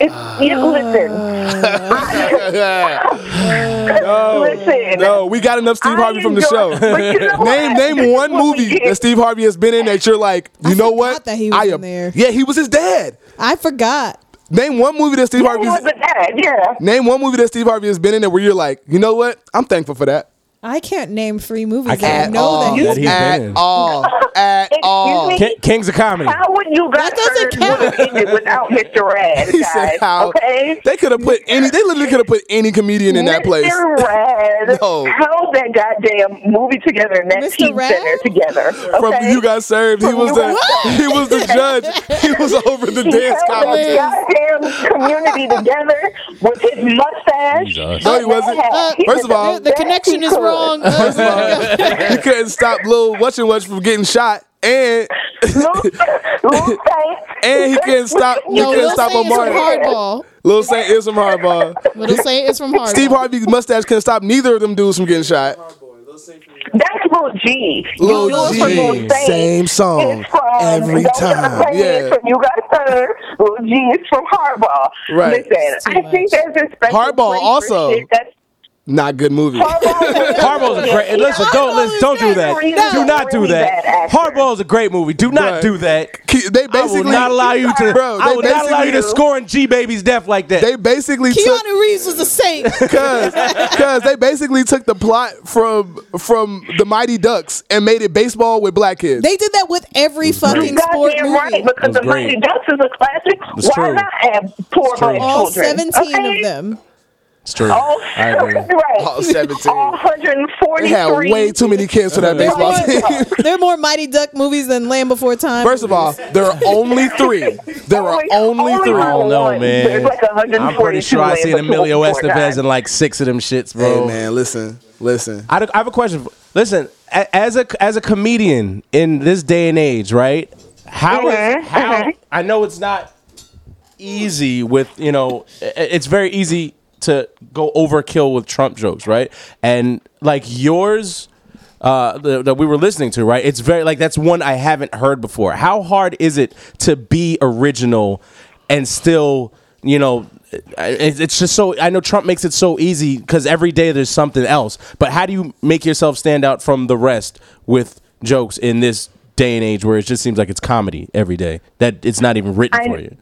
[SPEAKER 10] It's, you listen.
[SPEAKER 4] Uh, No,
[SPEAKER 10] Listen.
[SPEAKER 4] no, we got enough Steve Harvey from the show.
[SPEAKER 10] enjoy- but you know
[SPEAKER 4] [LAUGHS] name
[SPEAKER 10] what? This
[SPEAKER 4] name
[SPEAKER 10] [LAUGHS] is
[SPEAKER 4] one
[SPEAKER 10] what we
[SPEAKER 4] movie
[SPEAKER 10] get.
[SPEAKER 4] that Steve Harvey has been in that you're like, you know what?
[SPEAKER 3] that he was
[SPEAKER 4] I
[SPEAKER 3] in
[SPEAKER 4] am-
[SPEAKER 3] there.
[SPEAKER 4] Yeah, he was his dad.
[SPEAKER 3] I forgot.
[SPEAKER 4] Name one movie that Steve
[SPEAKER 10] He
[SPEAKER 4] Harvey's
[SPEAKER 10] was a dad, yeah.
[SPEAKER 4] name one movie that Steve Harvey has been in that where you're like, you know what? I'm thankful for that.
[SPEAKER 3] I can't name three movies.
[SPEAKER 2] I
[SPEAKER 3] I that I
[SPEAKER 2] can't
[SPEAKER 3] know
[SPEAKER 2] all
[SPEAKER 3] that he's
[SPEAKER 2] that he's [LAUGHS]
[SPEAKER 4] at
[SPEAKER 2] been in.
[SPEAKER 4] all, at
[SPEAKER 10] Excuse
[SPEAKER 4] all.
[SPEAKER 10] me?
[SPEAKER 2] Ki- Kings of Comedy.
[SPEAKER 10] How would you got
[SPEAKER 3] That doesn't
[SPEAKER 10] third
[SPEAKER 3] count.
[SPEAKER 10] would have
[SPEAKER 4] [LAUGHS]
[SPEAKER 10] ended without Mr. Rad,
[SPEAKER 4] He said
[SPEAKER 10] guys?
[SPEAKER 4] how
[SPEAKER 10] Okay.
[SPEAKER 4] they could have put any, they literally could have put any comedian in that place.
[SPEAKER 10] Mr. Rad
[SPEAKER 4] [LAUGHS] No.
[SPEAKER 10] held that goddamn movie together and that
[SPEAKER 3] Mr.
[SPEAKER 10] teen
[SPEAKER 3] Rad?
[SPEAKER 10] center together. Okay?
[SPEAKER 4] From you got served, he
[SPEAKER 10] From
[SPEAKER 4] was
[SPEAKER 10] You
[SPEAKER 4] the
[SPEAKER 10] Got Served.
[SPEAKER 4] he was the judge. He was over the
[SPEAKER 10] he "Oh,
[SPEAKER 4] dance
[SPEAKER 10] held
[SPEAKER 4] contest.
[SPEAKER 10] that goddamn community together with his mustache.
[SPEAKER 2] Jesus.
[SPEAKER 4] No, he wasn't. First of all-
[SPEAKER 3] Uh, The, the connection is wrong.
[SPEAKER 4] First of all, you couldn't stop Lil Watch and Watch from getting shot, and [LAUGHS] and he couldn't stop. He
[SPEAKER 3] no,
[SPEAKER 4] couldn't
[SPEAKER 3] Lil
[SPEAKER 4] stop
[SPEAKER 3] Saint is from
[SPEAKER 4] Omar.
[SPEAKER 3] Hardball.
[SPEAKER 4] Lil Saint is from Hardball.
[SPEAKER 3] Little Saint is from Hardball.
[SPEAKER 4] Steve Harvey's mustache couldn't stop neither of them dudes from getting shot.
[SPEAKER 10] That's Lil G.
[SPEAKER 4] Lil
[SPEAKER 10] You
[SPEAKER 4] G,
[SPEAKER 10] from Lil Saint.
[SPEAKER 4] same song
[SPEAKER 10] It's from
[SPEAKER 4] every
[SPEAKER 10] Don't Get
[SPEAKER 4] time.
[SPEAKER 10] Afraid,
[SPEAKER 4] Yeah.
[SPEAKER 10] From you got third. Lil G is from Hardball.
[SPEAKER 4] Right.
[SPEAKER 10] Listen, I think there's a special
[SPEAKER 4] Hardball
[SPEAKER 10] place for
[SPEAKER 4] also.
[SPEAKER 10] shit that's
[SPEAKER 4] Not good movie. [LAUGHS]
[SPEAKER 2] Harbaugh's a great. Listen, don't listen, don't do that.
[SPEAKER 10] Harbaugh's
[SPEAKER 2] Do not do
[SPEAKER 10] really bad
[SPEAKER 2] that.
[SPEAKER 10] actor.
[SPEAKER 2] Harbaugh's a great movie. Do not
[SPEAKER 4] Right.
[SPEAKER 2] do that.
[SPEAKER 4] Ki- They
[SPEAKER 2] I will
[SPEAKER 4] basically
[SPEAKER 2] not allow you to.
[SPEAKER 4] Bro,
[SPEAKER 2] I
[SPEAKER 4] they
[SPEAKER 2] will not allow you to
[SPEAKER 4] basically-
[SPEAKER 2] score in G Baby's death like that.
[SPEAKER 4] They basically took
[SPEAKER 3] Keanu Reeves was a saint.
[SPEAKER 4] Cause, cause they basically took the plot from from the Mighty Ducks and made it baseball with black kids.
[SPEAKER 3] They did that with every fucking sport
[SPEAKER 10] goddamn
[SPEAKER 3] movie.
[SPEAKER 10] right because
[SPEAKER 2] That's
[SPEAKER 10] the Mighty
[SPEAKER 2] great.
[SPEAKER 10] Ducks is a classic.
[SPEAKER 2] That's
[SPEAKER 10] Why
[SPEAKER 2] true.
[SPEAKER 10] not have poor
[SPEAKER 2] That's true.
[SPEAKER 10] black
[SPEAKER 3] All
[SPEAKER 10] children?
[SPEAKER 3] 17
[SPEAKER 10] okay?
[SPEAKER 3] of them.
[SPEAKER 2] it's true.
[SPEAKER 10] All,
[SPEAKER 2] I agree.
[SPEAKER 10] [LAUGHS] right.
[SPEAKER 4] All 17.
[SPEAKER 10] All 143.
[SPEAKER 4] They had way too many kids for that baseball
[SPEAKER 3] [LAUGHS]
[SPEAKER 4] team.
[SPEAKER 3] there are more Mighty Duck movies than Land Before Time.
[SPEAKER 4] First of all, there are only three. There are
[SPEAKER 10] Only-
[SPEAKER 4] only
[SPEAKER 10] only
[SPEAKER 4] three.
[SPEAKER 10] one.
[SPEAKER 2] I don't know,
[SPEAKER 10] One.
[SPEAKER 2] man.
[SPEAKER 10] There's like 142
[SPEAKER 2] I'm pretty sure I
[SPEAKER 10] land,
[SPEAKER 2] seen
[SPEAKER 10] but you
[SPEAKER 2] Emilio
[SPEAKER 10] won't score
[SPEAKER 2] Estevez
[SPEAKER 10] nine.
[SPEAKER 2] in like six of them shits, bro.
[SPEAKER 4] Hey man, listen, listen.
[SPEAKER 2] I, I have a question. for- Listen, a- as a as a comedian in this day and age, right? How is-
[SPEAKER 10] Mhm,
[SPEAKER 2] how
[SPEAKER 10] mhm.
[SPEAKER 2] I know it's not easy with you know i- it's very easy to go overkill with Trump jokes, right? And like yours. Uh, th- that we were listening to, right? It's very like that's one I haven't heard before. How hard is it to be original and still, you know, I- it's it's just so. I know Trump makes it so easy because every day there's something else. But how do you make yourself stand out from the rest with jokes in this day and age where it just seems like it's comedy every day that it's not even written
[SPEAKER 10] I-
[SPEAKER 2] for you?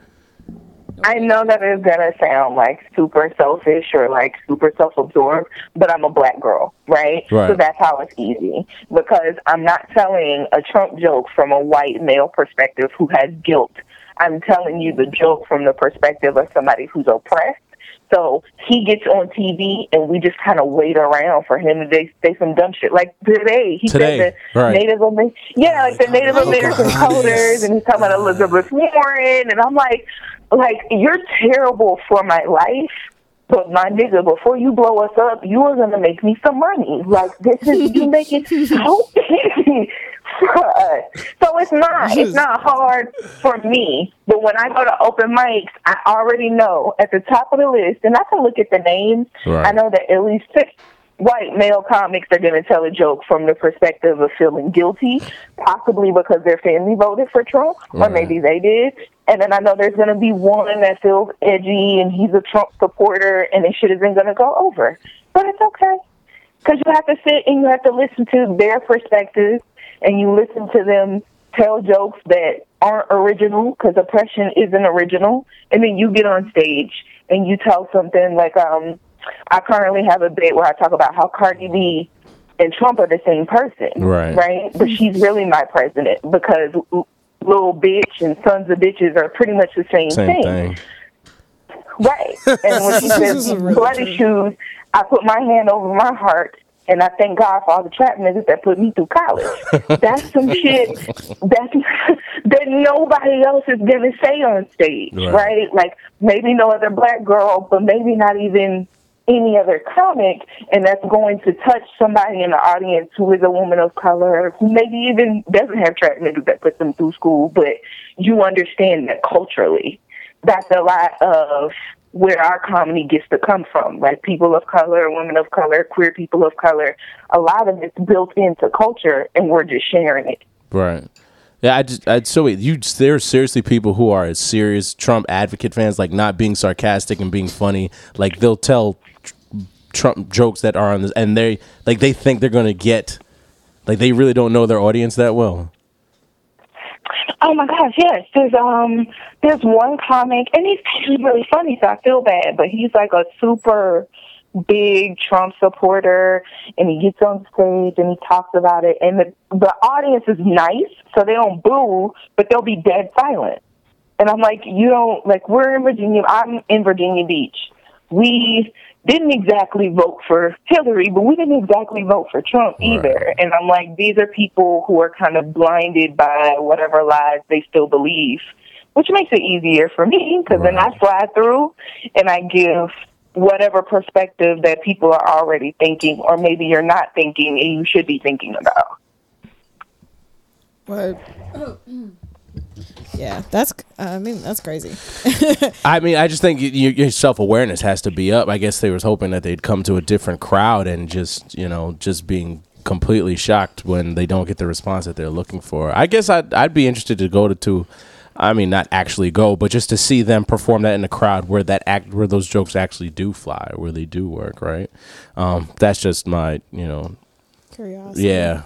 [SPEAKER 10] I know that it's gonna sound like super selfish or like super self-absorbed, but I'm a black girl, right?
[SPEAKER 2] Right.
[SPEAKER 10] So that's how it's easy because I'm not telling a Trump joke from a white male perspective who has guilt. I'm telling you the joke from the perspective of somebody who's oppressed. So he gets on TV and we just kind of wait around for him to they say some dumb shit. Like today, he
[SPEAKER 2] Today,
[SPEAKER 10] said the
[SPEAKER 2] right.
[SPEAKER 10] Native American, yeah, like the Native American coders, and he's talking about Elizabeth Warren, and I'm like, like you're terrible for my life. But my nigga, before you blow us up, you are gonna make me some money. Like this is you make it so easy for us. So No, it's not. It's not hard for me. But when I go to open mics, I already know at the top of the list, and I can look at the names.
[SPEAKER 11] Right.
[SPEAKER 10] I know that at least six white male comics are going to tell a joke from the perspective of feeling guilty, possibly because their family voted for Trump, or
[SPEAKER 11] Right.
[SPEAKER 10] maybe they did. And then I know there's going to be one that feels edgy and he's a Trump supporter, and this shit isn't going to go over. But it's okay. Because you have to sit and you have to listen to their perspective, and you listen to them tell jokes that aren't original because oppression isn't original. And then you get on stage and you tell something like, um, I currently have a bit where I talk about how Cardi B and Trump are the same person,
[SPEAKER 11] Right.
[SPEAKER 10] Right, but she's really my president because l- little bitch and sons of bitches are pretty much the same,
[SPEAKER 11] Same thing.
[SPEAKER 10] Right.
[SPEAKER 11] [LAUGHS]
[SPEAKER 10] And when she
[SPEAKER 11] This is
[SPEAKER 10] said
[SPEAKER 11] really
[SPEAKER 10] bloody shoes, I put my hand over my heart and I thank God for all the trap niggas that put me through college.
[SPEAKER 11] [LAUGHS]
[SPEAKER 10] That's some shit that [LAUGHS] that nobody else is gonna say on stage,
[SPEAKER 11] Right.
[SPEAKER 10] right. Like maybe no other black girl, but maybe not even any other comic, and that's going to touch somebody in the audience who is a woman of color, who maybe even doesn't have trap niggas that put them through school, but you understand that culturally that's a lot of where our comedy gets to come from. Like people of color, women of color, queer people of color, a lot of it's built into culture and we're just sharing it.
[SPEAKER 2] Right. Yeah, I just I so wait, you there are seriously people who are serious Trump advocate fans, like not being sarcastic and being funny. Like they'll tell tr- Trump jokes that are on this, and they like they think they're gonna get, like they really don't know their audience that well.
[SPEAKER 10] Oh my gosh, yes. There's um there's one comic and he's actually really funny, so I feel bad, but he's like a super big Trump supporter and he gets on stage and he talks about it and the the audience is nice, so they don't boo, but they'll be dead silent. And I'm like, you don't like we're in Virginia I'm in Virginia Beach. We didn't exactly vote for Hillary, but we didn't exactly vote for Trump either. And I'm like, these are people who are kind of blinded by whatever lies they still believe, which makes it easier for me because then I fly through and I give whatever perspective that people are already thinking, or maybe you're not thinking and you should be thinking about.
[SPEAKER 3] [CLEARS THROAT] Yeah, that's. I mean, that's crazy.
[SPEAKER 2] I mean, I just think y y your self awareness has to be up. I guess they was hoping that they'd come to a different crowd and just you know just being completely shocked when they don't get the response that they're looking for. I guess I'd I'd be interested to go to two. I mean, not actually go, but just to see them perform that in a crowd where that act where those jokes actually do fly, where they do work, right? Um, that's just my you know
[SPEAKER 3] Curiosity.
[SPEAKER 10] [LAUGHS]
[SPEAKER 2] yeah,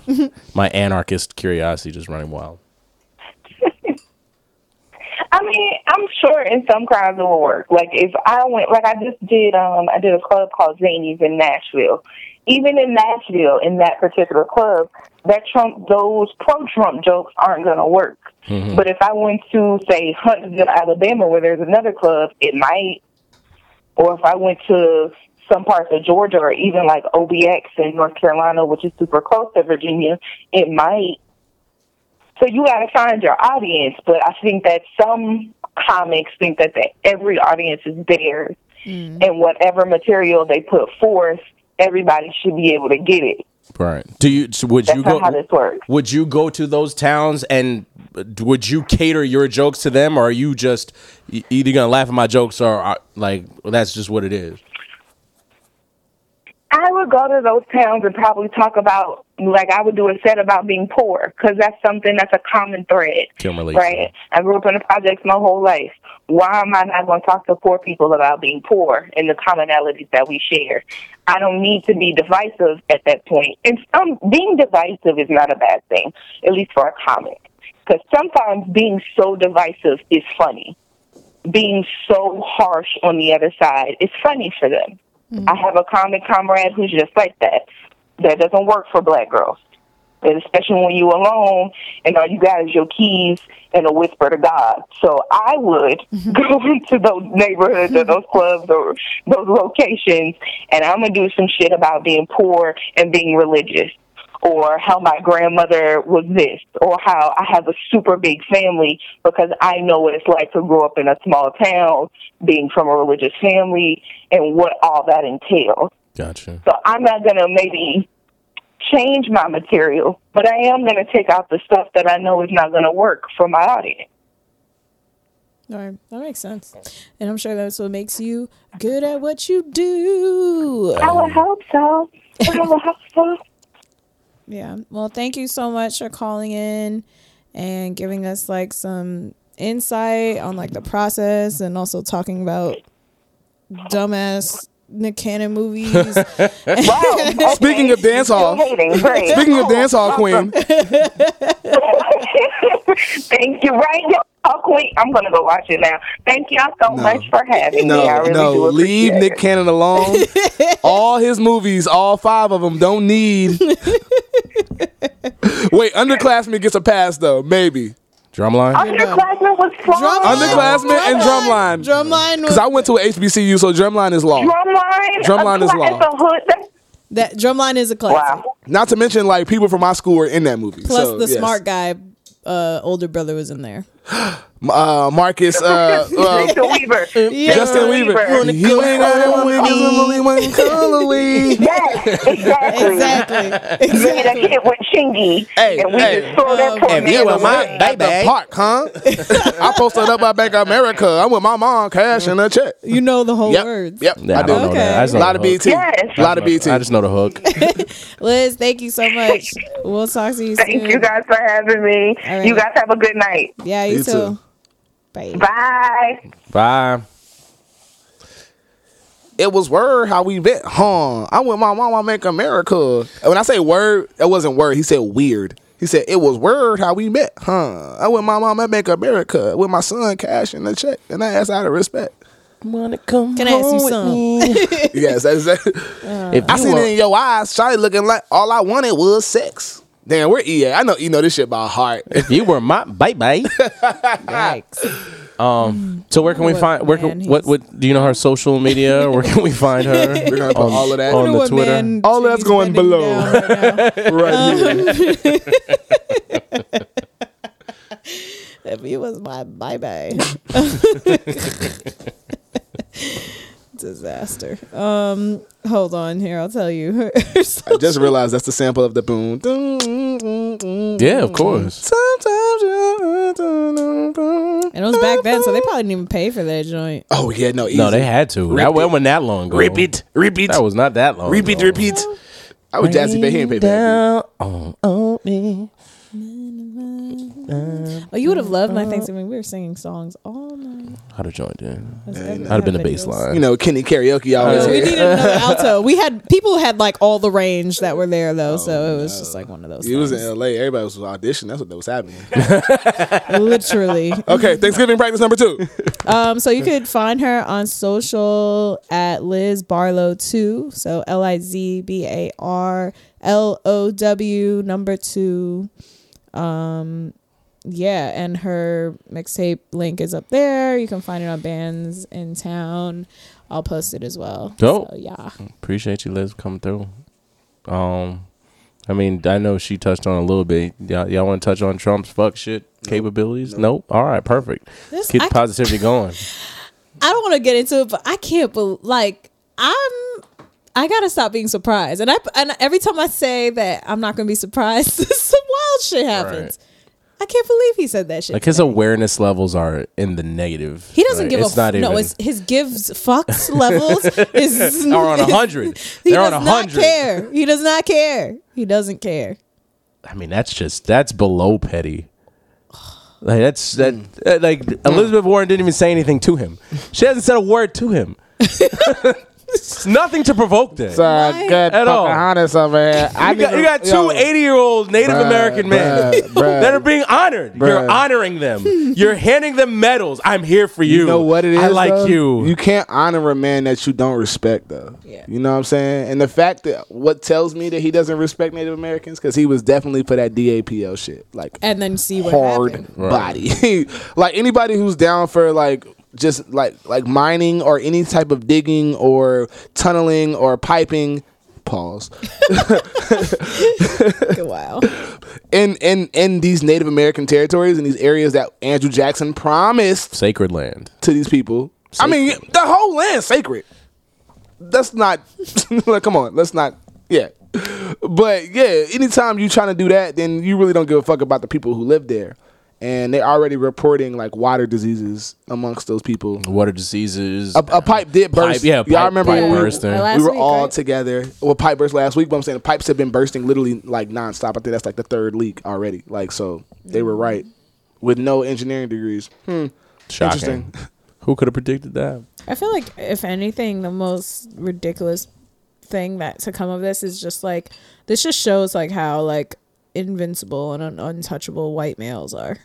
[SPEAKER 2] my anarchist curiosity just running wild.
[SPEAKER 10] I mean, I'm sure in some crowds it will work. Like if I went, like I just did, um, I did a club called Zanies in Nashville. Even in Nashville, in that particular club, that Trump, those pro-Trump jokes aren't going to work. But if I went to say Huntsville, Alabama, where there's another club, it might. Or if I went to some parts of Georgia, or even like OBX in North Carolina, which is super close to Virginia, it might. So you got to find your audience, but I think that some comics think that the, every audience is theirs, and whatever material they put forth, everybody should be able to get it.
[SPEAKER 2] Right. Do you so would you
[SPEAKER 10] That's
[SPEAKER 2] go
[SPEAKER 10] not how this works.
[SPEAKER 2] would you go to those towns and uh, would you cater your jokes to them or are you just e- either going to laugh at my jokes or uh, like well, that's just what it is?
[SPEAKER 10] I would go to those towns and probably talk about, like, I would do a set about being poor because that's something that's a common thread.
[SPEAKER 2] Kimberly.
[SPEAKER 10] Right. I grew up in the projects my whole life. Why am I not going to talk to poor people about being poor and the commonalities that we share? I don't need to be divisive at that point. And some being divisive is not a bad thing, at least for a comic, because sometimes being so divisive is funny. Being so harsh on the other side is funny for them. I have a comic comrade who's just like that. That doesn't work for black girls. And especially when you alone and all you got is your keys and a whisper to God. So I would [LAUGHS] go into those neighborhoods or those clubs or those locations and I'm gonna do some shit about being poor and being religious or how my grandmother was this or how I have a super big family because I know what it's like to grow up in a small town, being from a religious family and what all that entails.
[SPEAKER 2] Gotcha.
[SPEAKER 10] So I'm not gonna maybe change my material, but I am going to take out the stuff that I know is not going to work for my audience.
[SPEAKER 3] All right, that makes sense, and I'm sure that's what makes you good at what you do.
[SPEAKER 10] I would hope so. I would hope [LAUGHS] so.
[SPEAKER 3] Yeah. Well, thank you so much for calling in and giving us like some insight on like the process and also talking about dumbass Nick Cannon
[SPEAKER 10] [LAUGHS]
[SPEAKER 3] movies.
[SPEAKER 4] Speaking of dance hall, speaking of
[SPEAKER 3] [LAUGHS]
[SPEAKER 4] dance hall queen,
[SPEAKER 10] [LAUGHS] Thank you, right now. Oh, Queen, I'm going to go watch it now. Thank y'all so much for [LAUGHS] having me.
[SPEAKER 4] no,
[SPEAKER 10] I really do
[SPEAKER 4] no,
[SPEAKER 10] appreciate
[SPEAKER 4] leave Nick Cannon
[SPEAKER 10] [LAUGHS]
[SPEAKER 4] alone. all his movies, all five of them, don't
[SPEAKER 10] [LAUGHS]
[SPEAKER 4] need. Wait, underclassman gets a pass though, maybe.
[SPEAKER 2] Drumline.
[SPEAKER 10] Underclassman was flawed.
[SPEAKER 4] Underclassman and drumline.
[SPEAKER 3] Drumline
[SPEAKER 4] Because I went to an HBCU, so drumline is law.
[SPEAKER 10] Drumline.
[SPEAKER 4] Drumline is law.
[SPEAKER 3] That drumline is a classic.
[SPEAKER 4] Not to mention, like people from my school were in that movie.
[SPEAKER 3] Plus,
[SPEAKER 4] so,
[SPEAKER 3] the
[SPEAKER 4] yes.
[SPEAKER 3] smart guy, uh, older brother was in there.
[SPEAKER 4] uh, Marcus,
[SPEAKER 10] [LAUGHS]
[SPEAKER 4] uh, uh,
[SPEAKER 10] Justin
[SPEAKER 4] [LAUGHS]
[SPEAKER 10] Weaver.
[SPEAKER 4] Justin Weaver. You ain't the only one who gives only one color weed.
[SPEAKER 10] Yes, exactly. exactly. Exactly. That kid with Chingy.
[SPEAKER 4] Hey,
[SPEAKER 10] and we
[SPEAKER 4] hey.
[SPEAKER 10] just saw that tornado. away.
[SPEAKER 4] at the park, huh? [LAUGHS] I posted up by Bank of America. I'm with my mom, cash and a check.
[SPEAKER 3] You know the whole
[SPEAKER 4] yep.
[SPEAKER 3] words.
[SPEAKER 4] Yep,
[SPEAKER 2] Yeah, I
[SPEAKER 4] I do.
[SPEAKER 2] don't know that. I just
[SPEAKER 4] A
[SPEAKER 2] know
[SPEAKER 4] lot
[SPEAKER 2] the
[SPEAKER 4] of
[SPEAKER 2] hook.
[SPEAKER 4] BT.
[SPEAKER 10] Yes.
[SPEAKER 4] A lot of
[SPEAKER 2] I just
[SPEAKER 4] BT.
[SPEAKER 2] know- I just know the hook.
[SPEAKER 3] Liz, thank you so much. We'll talk to you soon.
[SPEAKER 10] Thank you guys for having me.
[SPEAKER 3] right.
[SPEAKER 10] You guys have a good night.
[SPEAKER 3] Yeah, you,
[SPEAKER 4] You
[SPEAKER 3] too.
[SPEAKER 4] too.
[SPEAKER 3] Bye.
[SPEAKER 10] Bye.
[SPEAKER 2] Bye.
[SPEAKER 4] [LAUGHS] It was word how we met, huh? I with my mom, I make America. And When I say word, it wasn't word. He said weird. He said it was word how we met, huh? I with my mom, I make America. With my son, cash and a check, and I asked out of respect.
[SPEAKER 3] Can I ask you some?
[SPEAKER 4] yes, that's [LAUGHS] that.
[SPEAKER 2] If
[SPEAKER 4] I
[SPEAKER 2] you
[SPEAKER 4] seen
[SPEAKER 2] want-
[SPEAKER 4] it in your eyes, Charlie looking like all I wanted was sex. Damn, we're EA. I know you know this shit by heart. [LAUGHS]
[SPEAKER 2] if you were my baby.
[SPEAKER 3] Yikes.
[SPEAKER 2] Um, So where can we
[SPEAKER 3] What
[SPEAKER 2] find where can,
[SPEAKER 3] man
[SPEAKER 2] what
[SPEAKER 3] he's-
[SPEAKER 2] what do you know her social media? where can we find her?
[SPEAKER 4] [LAUGHS] We're gonna put all of that
[SPEAKER 2] on
[SPEAKER 3] Wonder
[SPEAKER 2] the
[SPEAKER 3] what
[SPEAKER 2] Twitter.
[SPEAKER 3] man
[SPEAKER 4] All that's
[SPEAKER 3] she's
[SPEAKER 4] going
[SPEAKER 3] bending
[SPEAKER 4] below.
[SPEAKER 3] down right
[SPEAKER 4] [LAUGHS]
[SPEAKER 3] now.
[SPEAKER 4] right here.
[SPEAKER 3] if he was my bye bye. [LAUGHS] Disaster. Um, hold on here. I'll tell you. [LAUGHS]
[SPEAKER 4] I just realized that's the sample of the boom. Yeah,
[SPEAKER 2] Yeah, of course.
[SPEAKER 4] Sometimes you-
[SPEAKER 3] and it was back then, so they probably didn't even pay for that joint.
[SPEAKER 4] Oh yeah, no, easy.
[SPEAKER 2] No, they had to. that wasn't that long ago.
[SPEAKER 4] repeat, repeat,
[SPEAKER 2] That was not that long.
[SPEAKER 4] repeat,
[SPEAKER 2] ago.
[SPEAKER 4] repeat. I was Jazzy, but he ain't paid that.
[SPEAKER 3] Oh, you would have loved
[SPEAKER 4] Uh-huh.
[SPEAKER 3] my Thanksgiving. We were singing songs all night.
[SPEAKER 2] How to join in?
[SPEAKER 3] That's every-
[SPEAKER 2] That'd have been the
[SPEAKER 3] videos.
[SPEAKER 2] baseline.
[SPEAKER 4] You know, Kenny karaoke always.
[SPEAKER 3] We
[SPEAKER 4] here.
[SPEAKER 3] needed another alto. We had people had like all the range that were there
[SPEAKER 2] Oh,
[SPEAKER 3] though, so it was just like one of those.
[SPEAKER 4] He was in
[SPEAKER 3] things.
[SPEAKER 4] LA. Everybody was auditioning. That's what that was happening.
[SPEAKER 3] [LAUGHS] literally.
[SPEAKER 4] okay, Thanksgiving practice number two.
[SPEAKER 3] Um, so you could find her on social at Liz Barlow two. So L I Z B A R L O W number two. Um, yeah, and her mixtape link is up there. You can find it on Bands in Town. I'll post it as well.
[SPEAKER 2] Dope. Mm.
[SPEAKER 3] So, yeah.
[SPEAKER 2] Appreciate you, Liz, coming through. Um, I mean, I know she touched on a little bit. Y'all, y'all want to touch on Trump's fuck shit capabilities? Nope. All right, perfect.
[SPEAKER 3] This-
[SPEAKER 2] Keep
[SPEAKER 3] I-
[SPEAKER 2] the positivity
[SPEAKER 3] [LAUGHS]
[SPEAKER 2] going.
[SPEAKER 3] I don't want to get into it, but I can't. But like, I'm. I gotta stop being surprised, and I and every time I say that I'm not gonna be surprised, [LAUGHS] some wild shit happens. I can't believe he said that shit.
[SPEAKER 2] Like his awareness levels are in the negative.
[SPEAKER 3] He doesn't
[SPEAKER 2] Like,
[SPEAKER 3] give a
[SPEAKER 2] it's not
[SPEAKER 3] f- no.
[SPEAKER 2] even- [LAUGHS]
[SPEAKER 3] It's, his gives fucks levels is
[SPEAKER 2] Are
[SPEAKER 3] [LAUGHS]
[SPEAKER 2] on a hundred.
[SPEAKER 3] He
[SPEAKER 2] They're on
[SPEAKER 3] does
[SPEAKER 2] a
[SPEAKER 3] not
[SPEAKER 2] hundred.
[SPEAKER 3] care. He does not care. He doesn't care.
[SPEAKER 2] I mean, that's just that's below petty. Like that's that that- like Elizabeth Warren didn't even say anything to him. She hasn't said a word to
[SPEAKER 3] [LAUGHS]
[SPEAKER 2] him. [LAUGHS] It's nothing to provoke that.
[SPEAKER 4] uh, good
[SPEAKER 2] At all.
[SPEAKER 4] Pocahontas over here. I
[SPEAKER 2] You got, you got two 80 year old Native
[SPEAKER 4] Bruh,
[SPEAKER 2] American men
[SPEAKER 4] bruh, bruh.
[SPEAKER 2] that are being honored. You're
[SPEAKER 4] Bruh.
[SPEAKER 2] honoring
[SPEAKER 4] [LAUGHS]
[SPEAKER 2] them. You're handing them medals. I'm here for you.
[SPEAKER 4] You know what it is?
[SPEAKER 2] I like
[SPEAKER 4] though?
[SPEAKER 2] you.
[SPEAKER 4] You can't honor a man that you don't respect, though.
[SPEAKER 3] Yeah.
[SPEAKER 4] You know what I'm saying? And the fact that what tells me that he doesn't respect Native Americans because he was definitely for that DAPL shit, like
[SPEAKER 3] And then see what
[SPEAKER 4] hard
[SPEAKER 3] happened.
[SPEAKER 4] body. [LAUGHS] like anybody who's down for like just like like mining or any type of digging or tunneling or piping.
[SPEAKER 3] [LAUGHS]
[SPEAKER 4] Pause.
[SPEAKER 3] Like, wow.
[SPEAKER 4] In in in these Native American territories and these areas that Andrew Jackson promised
[SPEAKER 2] Sacred land.
[SPEAKER 4] to these people. I mean, [LAUGHS] the whole land's sacred. That's not. like, come on, let's not. Yeah, but yeah, anytime you trying to do that, then you really don't give a fuck about the people who live there. And they're already reporting like water diseases amongst those people.
[SPEAKER 2] Water diseases.
[SPEAKER 4] A, a pipe did
[SPEAKER 2] Pipe,
[SPEAKER 4] burst.
[SPEAKER 2] yeah,
[SPEAKER 4] Y'all
[SPEAKER 2] pipe-
[SPEAKER 4] remember
[SPEAKER 2] pipe
[SPEAKER 4] when we,
[SPEAKER 2] burst, yeah.
[SPEAKER 4] we
[SPEAKER 2] Last
[SPEAKER 4] were
[SPEAKER 2] week,
[SPEAKER 4] all together. Well, pipe burst last week, but I'm saying the pipes have been bursting literally like nonstop. I think that's like the third leak already. Like so, they were right with no engineering degrees. Hmm.
[SPEAKER 2] Shocking. Who could have predicted that?
[SPEAKER 3] I feel like if anything, the most ridiculous thing that to come of this is just like this just shows like how like invincible and un- untouchable white males are.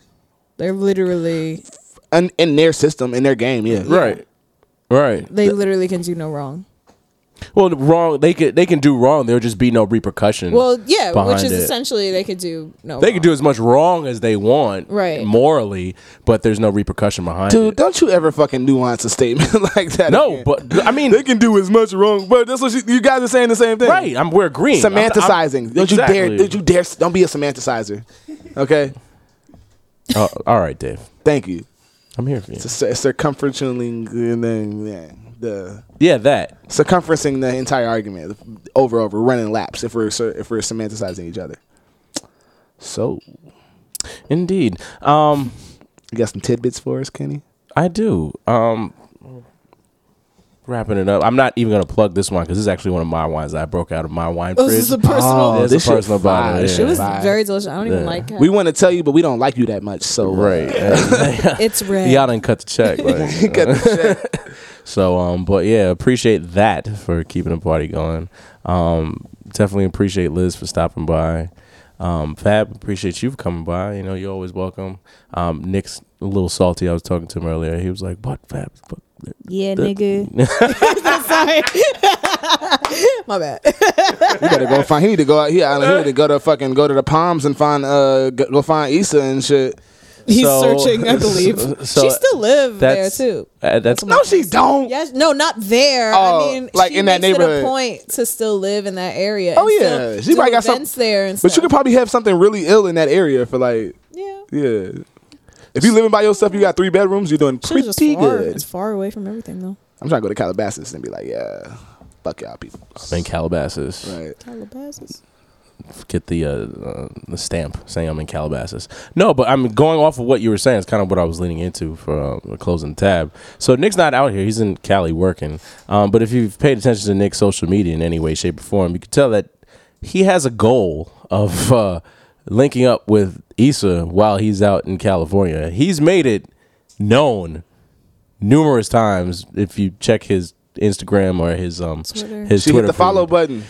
[SPEAKER 3] They're literally
[SPEAKER 4] And in their system, in their game, yeah,
[SPEAKER 2] right, right.
[SPEAKER 3] they literally can do no wrong.
[SPEAKER 2] Well, wrong. They could. They can do wrong. There'll just be no repercussions.
[SPEAKER 3] Well, yeah, which
[SPEAKER 2] behind
[SPEAKER 3] is
[SPEAKER 2] it.
[SPEAKER 3] essentially they could do no.
[SPEAKER 2] They
[SPEAKER 3] wrong.
[SPEAKER 2] can do as much wrong as they want,
[SPEAKER 3] Right.
[SPEAKER 2] Morally, but there's no repercussion behind it.
[SPEAKER 4] Dude, don't you ever fucking nuance a statement [LAUGHS] like that.
[SPEAKER 2] No, but I mean,
[SPEAKER 4] they can do as much wrong. But that's what she, you guys are saying the same
[SPEAKER 2] [LAUGHS]
[SPEAKER 4] thing,
[SPEAKER 2] Right, I'm- we're agreeing. I'm- I'm-
[SPEAKER 4] Semanticizing. don't you
[SPEAKER 2] Exactly.
[SPEAKER 4] dare! Don't you dare! Don't be a semanticizer. Okay,
[SPEAKER 2] Oh, all right, Dave.
[SPEAKER 4] thank you.
[SPEAKER 2] I'm here for you.
[SPEAKER 4] It's a cir- circumferencing and then yeah, the
[SPEAKER 2] Yeah, that.
[SPEAKER 4] circumferencing the entire argument over over running laps if we're cer- if we're semanticizing each other. So,
[SPEAKER 2] indeed, um,
[SPEAKER 4] you got some tidbits for us, Kenny?
[SPEAKER 2] I do. Um, wrapping it up. I'm not even gonna plug this one because this is actually one of my wines that I broke out of my wine
[SPEAKER 3] Oh,
[SPEAKER 2] fridge.
[SPEAKER 3] this is a personal- Oh,
[SPEAKER 2] It's
[SPEAKER 4] this
[SPEAKER 2] a
[SPEAKER 4] shit
[SPEAKER 2] personal
[SPEAKER 4] fire.
[SPEAKER 2] bottle.
[SPEAKER 4] This
[SPEAKER 2] yeah.
[SPEAKER 3] It was
[SPEAKER 4] Fine.
[SPEAKER 3] very delicious. I don't even
[SPEAKER 2] Yeah.
[SPEAKER 3] like it.
[SPEAKER 4] We want to tell you, but we don't like you that much. So uh, [LAUGHS]
[SPEAKER 2] Right.
[SPEAKER 3] It's red.
[SPEAKER 2] Y'all done cut the check. Like, uh,
[SPEAKER 4] Cut
[SPEAKER 2] [LAUGHS] so, um, but yeah, appreciate that for keeping the party going. Um, definitely appreciate Liz for stopping by. Um, Fab, appreciate you for coming by. You know, you're always welcome. Um, Nick's a little salty. I was talking to him earlier. He was like, "What, Fab? What?
[SPEAKER 3] Yeah,
[SPEAKER 2] That-
[SPEAKER 3] Sorry. My bad. [LAUGHS]
[SPEAKER 4] You better go find. He need to go out here. He need to go to fucking go to the palms and find uh go go find Issa and shit.
[SPEAKER 3] He's
[SPEAKER 2] So-
[SPEAKER 3] searching, I believe.
[SPEAKER 2] [LAUGHS] so
[SPEAKER 3] she still live there
[SPEAKER 2] that's-
[SPEAKER 3] too.
[SPEAKER 2] Uh, that's
[SPEAKER 4] No, she don't.
[SPEAKER 3] Yes, no, not there.
[SPEAKER 4] Oh,
[SPEAKER 3] I mean,
[SPEAKER 4] like
[SPEAKER 3] she
[SPEAKER 4] in that
[SPEAKER 3] makes It
[SPEAKER 4] neighborhood.
[SPEAKER 3] a point to still live in that area.
[SPEAKER 4] Oh,
[SPEAKER 3] and
[SPEAKER 4] yeah.
[SPEAKER 3] still
[SPEAKER 4] She
[SPEAKER 3] do
[SPEAKER 4] probably got some-
[SPEAKER 3] events there and
[SPEAKER 4] But you
[SPEAKER 3] stuff.
[SPEAKER 4] could probably have something really ill in that area for like
[SPEAKER 3] yeah.
[SPEAKER 4] yeah. If you living by yourself, you got three bedrooms. You're doing
[SPEAKER 3] She was just
[SPEAKER 4] pretty
[SPEAKER 3] far.
[SPEAKER 4] good.
[SPEAKER 3] It's far away from everything though.
[SPEAKER 4] I'm trying to go to Calabasas and be like, yeah, fuck y'all people.
[SPEAKER 2] I'm in Calabasas.
[SPEAKER 4] Right.
[SPEAKER 3] Calabasas.
[SPEAKER 2] Get the uh, uh, the stamp saying I'm in Calabasas. No, but I'm going off of what you were saying. It's kind of what I was leaning into for uh, closing the tab. So Nick's not out here. He's in Cali working. Um, but if you've paid attention to Nick's social media in any way, shape, or form, you can tell that he has a goal of uh, linking up with Issa while he's out in California. He's made it known numerous times. If you check his Instagram or his um
[SPEAKER 3] Twitter.
[SPEAKER 2] his
[SPEAKER 4] She
[SPEAKER 2] Twitter
[SPEAKER 4] hit the
[SPEAKER 2] feed.
[SPEAKER 4] follow button.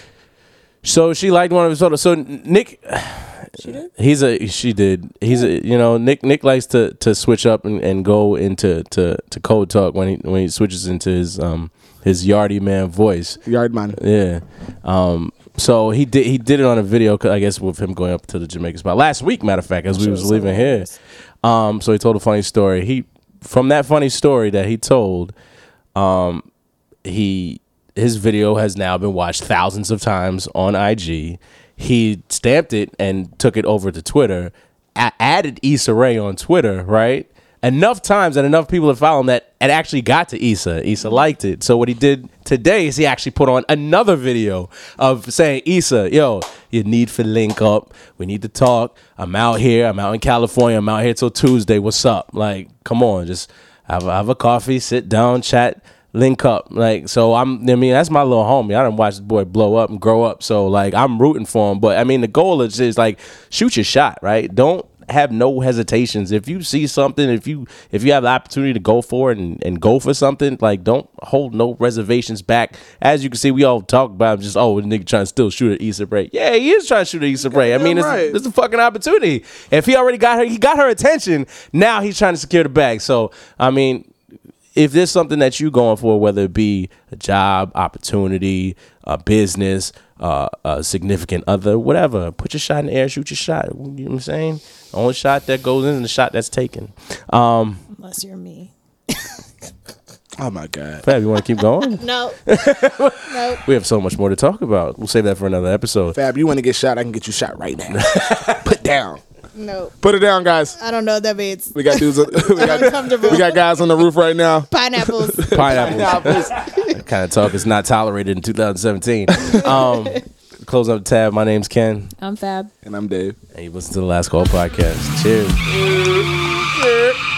[SPEAKER 2] So she liked one of his photos. So Nick, he's a she did. He's a you know Nick Nick likes to to switch up and, and go into to to code talk when he when he switches into his um his yardy man voice.
[SPEAKER 4] Yard man.
[SPEAKER 2] Yeah. Um. So he did he did it on a video. 'cause I guess with him going up to the Jamaican spot last week. Matter of fact, as we was leaving here. Um. So he told a funny story. He from that funny story that he told he his video has now been watched thousands of times on IG. He stamped it and took it over to Twitter. A- added Issa Rae on Twitter, right? Enough times that enough people have followed him that it actually got to Issa. Issa liked it. So what he did today is he actually put on another video of saying, Issa, yo, you need to link up. We need to talk. I'm out here. I'm out in California. I'm out here till Tuesday. What's up? Like, come on, just have, have a coffee, sit down, chat link up. Like, so I'm, I mean, that's my little homie. I done watched the boy blow up and grow up. So, like, I'm rooting for him. But, I mean, the goal is just like, shoot your shot, right? Don't have no hesitations. If you see something, if you, if you have the opportunity to go for it and, and go for something, like, don't hold no reservations back. As you can see, we all talk about just, oh, the nigga trying to still shoot at Issa Rae. Yeah, he is trying to shoot at Issa Rae. I mean, it's,
[SPEAKER 4] right.
[SPEAKER 2] it's a fucking opportunity. If he already got her, he got her attention. Now he's trying to secure the bag. So, I mean, if there's something that you going for, whether it be a job, opportunity, a business, uh, a significant other, whatever, put your shot in the air, shoot your shot. You know what I'm saying? The only shot that goes in is the shot that's taken. Um,
[SPEAKER 3] Unless you're me.
[SPEAKER 4] Oh my god.
[SPEAKER 2] Fab, you want to keep going?
[SPEAKER 4] [LAUGHS]
[SPEAKER 3] No. no.
[SPEAKER 2] We have so much more to talk about. We'll save that for another episode.
[SPEAKER 4] Fab, you want to get shot? I can get you shot
[SPEAKER 2] [LAUGHS]
[SPEAKER 4] right now. Put down.
[SPEAKER 3] No.
[SPEAKER 4] Put it down, guys.
[SPEAKER 3] I don't know what that means.
[SPEAKER 4] We got dudes. [LAUGHS] we, got,
[SPEAKER 3] uncomfortable.
[SPEAKER 4] we got guys on the roof
[SPEAKER 2] [LAUGHS]
[SPEAKER 4] right now.
[SPEAKER 3] Pineapples.
[SPEAKER 4] [LAUGHS]
[SPEAKER 2] Pineapple. that kind of talk is not tolerated in 2017. Um, closing up the tab. My name's Ken.
[SPEAKER 3] [LAUGHS] I'm Fab.
[SPEAKER 2] And I'm Dave. And you listen to the Last Call podcast. Cheers.
[SPEAKER 9] Florida.